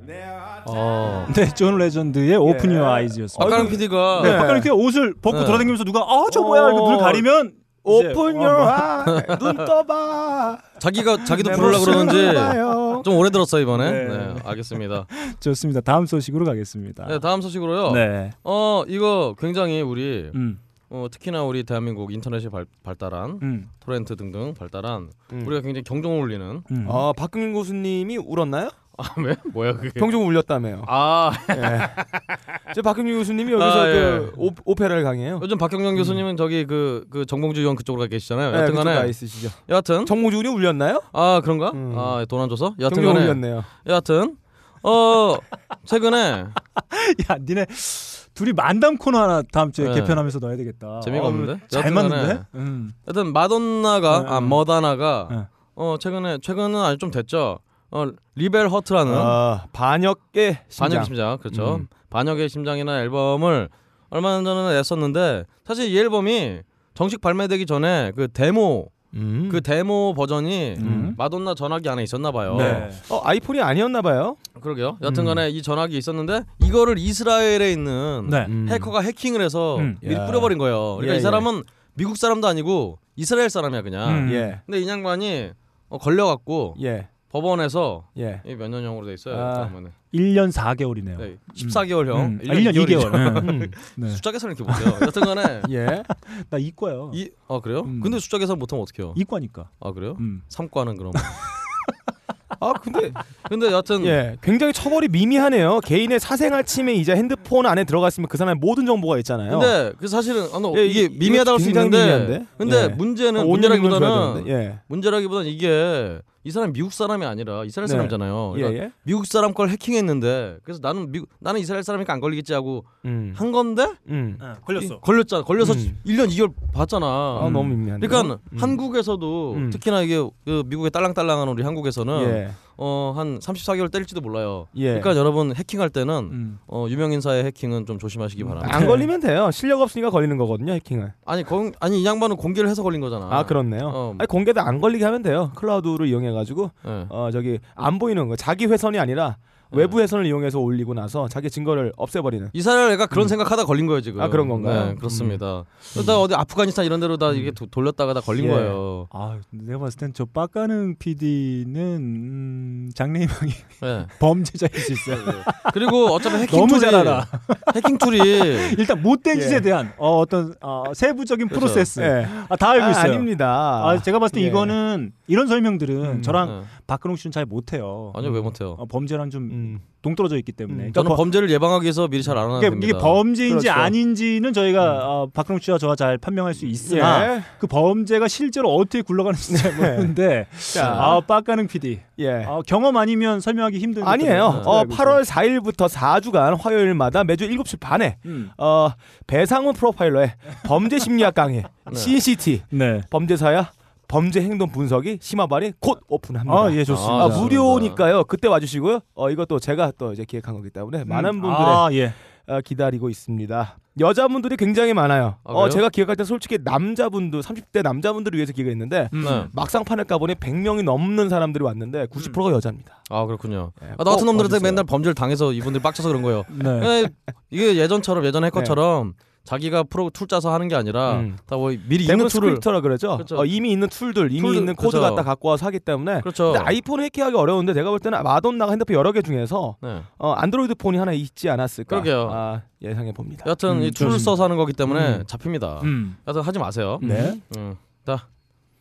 S7: There are
S4: 어.
S2: 네, 존
S4: 예.
S2: 레전드의 오픈 유어 아이즈였습니다.
S4: 빡가능 PD가
S2: 네, 박가능 네. 옷을 벗고
S4: 네.
S2: 돌아다니면서 누가 아 저 뭐야 이렇게 눈을 가리면
S3: 오픈
S2: 이제, 어,
S3: your eye. 눈 떠봐.
S4: 자기가 자기도
S3: 내
S4: 부르려
S3: 모습을
S4: 그러는지
S3: 네, 뭐 봐요.
S4: 좀 오래 들었어 이번에.
S2: 네.
S4: 네. 알겠습니다.
S2: 좋습니다. 다음 소식으로 가겠습니다.
S4: 네, 다음 소식으로요.
S2: 네.
S4: 어 이거 굉장히 우리
S2: 음.
S4: 어, 특히나 우리 대한민국 인터넷이 발, 발달한
S2: 음.
S4: 토렌트 등등 발달한
S3: 음.
S4: 우리가 굉장히 경종을 울리는 *laughs*
S2: 음.
S3: 어, 박근근 교수님이 울었나요?
S4: 아 왜? 뭐야 그게?
S3: 병종 *laughs* 울렸다며요. 예.
S4: 아
S3: 저 박근근 교수님이 여기서
S4: 아,
S3: 그 오, 오페라를 강해요. 예,
S4: 요즘 박경영 교수님은 저기 그그 그 정봉주 의원 그쪽으로 가 계시잖아요.
S3: 네, 그쪽 가
S4: 여하튼간에
S3: 있으시죠.
S4: 여하튼
S3: 정모준이 울렸나요?
S4: 아 그런가?
S3: 음.
S4: 아 돈 안 줘서?
S3: 병종
S4: 여하튼간에
S3: 울렸네요.
S4: 여하튼 어 최근에
S2: *laughs* 야, 니네 둘이 만담 코너 하나 다음 주에
S4: 네.
S2: 개편하면서 넣어야 되겠다.
S4: 재미가
S2: 어,
S4: 없는데?
S2: 잘
S4: 여튼간에.
S2: 맞는데? 음.
S4: 여튼 마돈나가
S2: 네,
S4: 아
S2: 네.
S4: 머다나가
S2: 네.
S4: 어 최근에 최근은 아니 좀 됐죠. 어 리벨 허트라는
S3: 아, 반역계 심장.
S4: 반역의 심장 그렇죠.
S2: 음.
S4: 반역의 심장이라는 앨범을 얼마 전에 냈었는데 사실 이 앨범이 정식 발매되기 전에 그 데모
S3: 음.
S4: 그 데모 버전이
S2: 음.
S4: 마돈나 전화기 안에 있었나 봐요.
S2: 네. 음.
S3: 어, 아이폰이 아니었나 봐요.
S4: 그러게요. 여튼간에 이 전화기 있었는데 이거를 이스라엘에 있는
S2: 네.
S3: 음.
S4: 해커가 해킹을 해서
S2: 음.
S4: 미리
S3: 야.
S4: 뿌려버린 거예요. 그러니까
S3: 예,
S4: 이 사람은 미국 사람도 아니고 이스라엘 사람이야 그냥.
S2: 음.
S3: 예.
S4: 근데 이 양반이 어, 걸려갖고
S3: 예.
S4: 법원에서
S3: 예.
S4: 이게 몇 년형으로 돼 있어요.
S3: 아.
S4: 잠깐만요.
S2: 1년 4개월이네요.
S4: 네, 14개월형,
S2: 음. 아, 1년 2개월. 음. 네.
S4: 숫자 계산을 이렇게 못해요.
S3: *laughs*
S4: 여튼간에
S3: 예.
S2: 나 이과요.
S4: 이, 아 그래요?
S2: 음.
S4: 근데 숫자 계산 못하면 어떡해요?
S2: 이과니까.
S4: 아 그래요?
S2: 음.
S4: 삼과는 그럼.
S3: 아, 근데
S4: 근데 여하튼
S3: 예. 굉장히 처벌이 미미하네요. 개인의 사생활 침해이자 핸드폰 안에 들어갔으면 그 사람의 모든 정보가 있잖아요.
S4: 근데 그 사실은 아, 너
S3: 예,
S4: 이게
S3: 이-
S4: 미미하다고 할 수
S3: 굉장히
S4: 있는데
S3: 미미한데?
S4: 근데
S3: 예.
S4: 문제는
S3: 온전하기보다는
S4: 문제라기보다는
S3: 예.
S4: 문제라기보다는 이게 이 사람이 미국 사람이 아니라 이스라엘
S3: 네.
S4: 사람이잖아요.
S3: 예,
S4: 그러니까
S3: 예.
S4: 미국 사람 걸 해킹했는데 그래서 나는 미국 나는 이스라엘 사람이니까 안 걸리겠지 하고
S3: 음.
S4: 한 건데
S3: 음.
S2: 아, 네, 걸렸어.
S4: 걸렸잖아. 걸려서
S3: 음.
S4: 1년 2개월 받잖아.
S3: 아, 너무 미미한데.
S4: 그러니까 한국에서도
S3: 음.
S4: 특히나 이게 그 미국의 딸랑딸랑한 우리 한국에서는
S3: 예.
S4: 어 한 34개월 때릴지도 몰라요.
S3: 예.
S4: 그러니까 여러분 해킹할 때는
S2: 음.
S4: 어, 유명인사의 해킹은 좀 조심하시기 바랍니다.
S3: 안 걸리면 돼요. 실력 없으니까 걸리는 거거든요, 해킹은.
S4: 아니 거, 아니 이 양반은 공개를 해서 걸린 거잖아.
S3: 아, 그렇네요.
S4: 어.
S3: 아니, 공개도 안 걸리게 하면 돼요. 클라우드를 이용해 가지고
S4: 예.
S3: 어, 저기 안 보이는 거. 자기 회선이 아니라 외부 회선을 이용해서 올리고 나서 자기 증거를 없애 버리는.
S4: 이스라엘 애가 그런 생각하다 걸린 거예요 지금.
S3: 아, 그런 건가요?
S4: 네, 그렇습니다. 그러다 어디 아프가니스탄 이런 데로 다 이게 도- 돌렸다가 다 걸린
S3: 예.
S4: 거예요.
S2: 아, 내가 봤을 땐 저 빡가는 PD는 장래희망이 *laughs*
S4: 예.
S2: 범죄자일 수 있어요.
S4: 그리고 어차피 해킹
S2: 너무
S4: 툴이
S2: 잘 알아.
S4: 해킹 툴이
S2: 일단 못된
S3: 예.
S2: 짓에 대한 어, 어떤 어, 세부적인
S4: 그렇죠.
S2: 프로세스
S3: 예.
S2: 아, 다 알고 있어요.
S3: 아, 닙니다
S2: 아, 제가 봤을 때
S3: 예.
S2: 이거는 이런 설명들은
S3: 음.
S2: 저랑
S4: 예.
S2: 박근홍 씨는 잘 못해요.
S4: 아니요 왜 못해요?
S2: 어, 범죄랑 좀
S3: 음.
S2: 동떨어져 있기 때문에.
S3: 음.
S2: 그러니까
S4: 저는
S2: 범-
S4: 범죄를 예방하기 위해서 미리 잘 알아놔야
S2: 이게,
S4: 됩니다.
S2: 이게 범죄인지
S3: 그렇죠.
S2: 아닌지는 저희가 어, 박근홍 씨와 저와 잘 판명할 수 있으나
S3: 예.
S2: 그 범죄가 실제로 어떻게 굴러가는지 잘 모르는데
S3: 자,
S2: 아 빡가는 PD
S3: 예.
S2: 아, 경험 아니면 설명하기 힘든 네.
S3: 아니에요.
S2: 것들이에요.
S3: 어,
S2: 알고 있어요.
S3: 8월 4일부터 4주간 화요일마다 매주 7시 반에
S2: 음.
S3: 어, 배상훈 프로파일러의 범죄 심리학 강의
S4: 네.
S3: CCT
S2: 네.
S3: 범죄사야 범죄 행동 분석이 심화발이 곧 오픈합니다.
S2: 아, 예, 좋습니다.
S3: 아,
S4: 무슨-
S3: 무료니까요. 그때 와주시고요. 어, 이것도 제가 또 이제 기획한 거기 때문에 많은 분들의
S2: 음, 아, 예.
S3: 어, 기다리고 있습니다. 여자분들이 굉장히 많아요.
S4: 아,
S3: 어,
S4: 그래요?
S3: 제가 기획할 때 솔직히 남자분들 30대 남자분들을 위해서 기획했는데
S2: 음.
S4: 네.
S3: 막상 판을 까보니 100명이 넘는 사람들이 왔는데 90%가 여자입니다.
S4: 아 그렇군요.
S3: 예,
S4: 아, 나 같은
S3: 꼭
S4: 놈들한테
S3: 와주세요.
S4: 맨날 범죄를 당해서 이분들이 빡쳐서 그런 거예요.
S2: 네.
S4: 예, 이게 예전처럼 예전 해커처럼 자기가 프로 툴 짜서 하는 게 아니라
S3: 네. 음.
S4: 다 뭐 미리
S3: 대문
S4: 있는 툴을
S3: 스크립터라 그러죠.
S4: 그렇죠.
S3: 어, 이미 있는 툴들, 이미
S4: 툴들,
S3: 있는 코드
S4: 그렇죠.
S3: 갖다 갖고 와서 하기 때문에
S4: 그렇죠.
S3: 근데 아이폰 해킹하기 어려운데 내가 볼 때는 마돈나가 핸드폰 여러 개 중에서
S4: 네.
S3: 어, 안드로이드 폰이 하나 있지 않았을까
S4: 그러게요.
S3: 아, 예상해 봅니다.
S4: 여하튼
S2: 음,
S4: 이 툴을
S2: 좋습니다.
S4: 써서 하는 거기 때문에
S3: 음.
S4: 잡힙니다.
S2: 음.
S4: 여하튼 하지 마세요.
S3: 네.
S4: 음. 자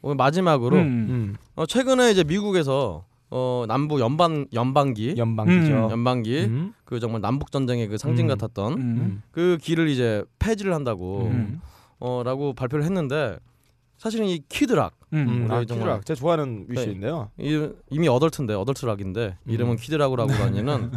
S4: 오늘 마지막으로
S2: 음.
S3: 음,
S4: 어, 최근에 이제 미국에서 어, 남부 연방 연방기
S3: 연방이죠.
S2: 음,
S4: 연방기
S3: 음.
S4: 그 정말 남북 전쟁의 그 상징
S3: 음.
S4: 같았던
S2: 음.
S4: 그 길을 이제 폐지를 한다고
S2: 음.
S4: 어, 라고 발표를 했는데 사실은 이 키드락
S2: 음.
S4: 우리
S3: 아,
S4: 정말-
S3: 키드락. 제가 좋아하는
S4: 네.
S3: 위시인데요.
S4: 이, 이미 어덜트인데 어덜트락인데 이름은 키드락이라고
S2: *laughs*
S4: 다니는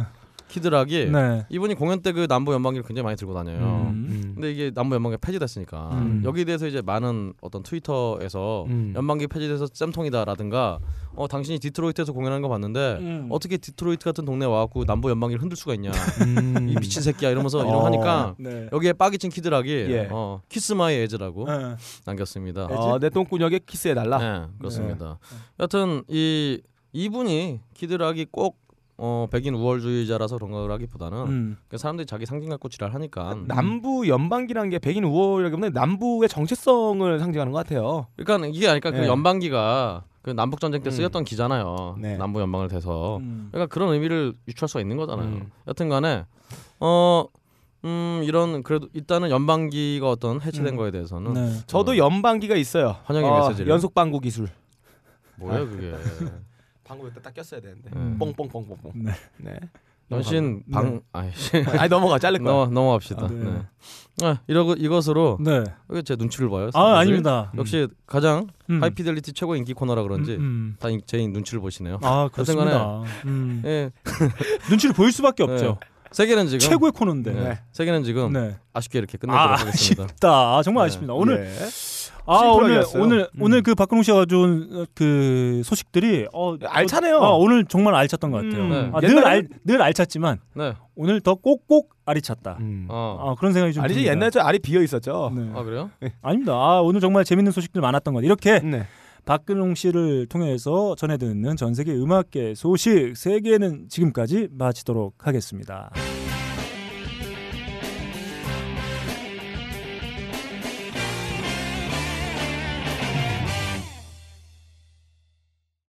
S4: 키드락이
S2: 음. 네.
S4: 이분이 공연 때 그 남부 연방기를 굉장히 많이 들고 다녀요.
S2: 음.
S4: 근데 이게 남부 연방기 폐지됐으니까
S2: 음.
S4: 여기에 대해서 이제 많은 어떤 트위터에서
S3: 음.
S4: 뭐 연방기 폐지돼서 쌤통이다라든가 어 당신이 디트로이트에서 공연하는 거 봤는데
S2: 음.
S4: 어떻게 디트로이트 같은 동네 와갖고 남부 연방기를 흔들 수가 있냐
S3: 음.
S4: 이 미친 새끼야
S2: *laughs*
S4: 이러면서
S3: 어.
S4: 이런 하니까
S2: 네.
S4: 여기에 빠기 친 키드락이
S3: 예.
S4: 어, 키스 마이 에즈라고
S2: 네.
S4: 남겼습니다.
S3: 어, 내 똥꾸녁에 키스해달라.
S4: 네, 그렇습니다. 여튼 이 이분이 키드락이 꼭 어, 백인 우월주의자라서 그런 거라기보다는
S2: 음.
S4: 그 사람들이 자기 상징 갖고 지랄하니까.
S3: 남부 연방기라는 게 백인 우월이라기보다 남부의 정체성을 상징하는 것 같아요.
S4: 그러니까 이게 아니까 그
S3: 네.
S4: 연방기가 그 남북 전쟁 때
S3: 음.
S4: 쓰였던 기잖아요.
S3: 네.
S4: 남부 연방을 대서.
S2: 음.
S4: 그러니까 그런 의미를 유추할 수가 있는 거잖아요.
S3: 음.
S4: 여튼간에 어. 음 이런 그래도 일단은 연방기가 어떤 해체된
S2: 음.
S4: 거에 대해서는
S2: 네.
S3: 저도
S4: 어,
S3: 연방기가 있어요.
S4: 환영의
S3: 어,
S4: 메시지를.
S3: 연속 방구 기술.
S4: 뭐예요 그게
S3: 방구 몇대딱 꼈어야 되는데.
S4: 음.
S3: 뽕뽕뽕뽕뽕.
S2: 네.
S3: 네.
S4: 연신 방 아이씨
S3: 아니 넘어가 자를 거야.
S4: 넘어 넘어갑시다.
S2: 아, 네.
S4: 네. 아, 이러고 이것으로
S2: 네.
S4: 왜 제 눈치를 봐요?
S2: 아,
S4: 사람들이?
S2: 아닙니다.
S4: 역시 가장
S2: 음.
S4: 하이피델리티 최고 인기 코너라 그런지
S2: 음, 음.
S4: 다제 눈치를 보시네요.
S2: 아,
S4: 여튼간에
S2: 그렇습니다. 음.
S4: 예,
S2: 눈치를 보일 수밖에 없죠.
S4: 세계는 지금
S2: 최고의 코너인데.
S4: 네. 세계는 지금
S2: 네.
S4: 아쉽게 이렇게 끝내도록
S2: 아,
S4: 하겠습니다.
S2: 아쉽다. 아, 정말
S4: 네.
S2: 아쉽습니다. 오늘
S3: 예.
S2: 아 오늘
S3: 심플하게였어요.
S2: 오늘
S3: 음.
S2: 오늘 그 박근홍 씨가 가져온 어, 그 소식들이 어
S3: 알차네요.
S2: 어, 오늘 정말 알찼던 것 같아요.
S3: 음.
S4: 네.
S2: 아,
S3: 옛날에는-
S2: 늘, 알, 늘 알찼지만
S4: 네.
S2: 오늘 더 꼭꼭 알이 찼다.
S3: 음.
S4: 어.
S2: 음. 아, 그런 생각이 좀
S3: 아니지
S2: 듭니다.
S3: 옛날에 저 알이 비어 있었죠.
S2: 네.
S4: 아 그래요?
S2: 아닙니다. 아, 오늘 정말 재밌는 소식들 많았던 것 같아요. 이렇게
S3: 네.
S2: 박근홍 씨를 통해서 전해듣는 전 세계 음악계 소식 세계는 지금까지 마치도록 하겠습니다.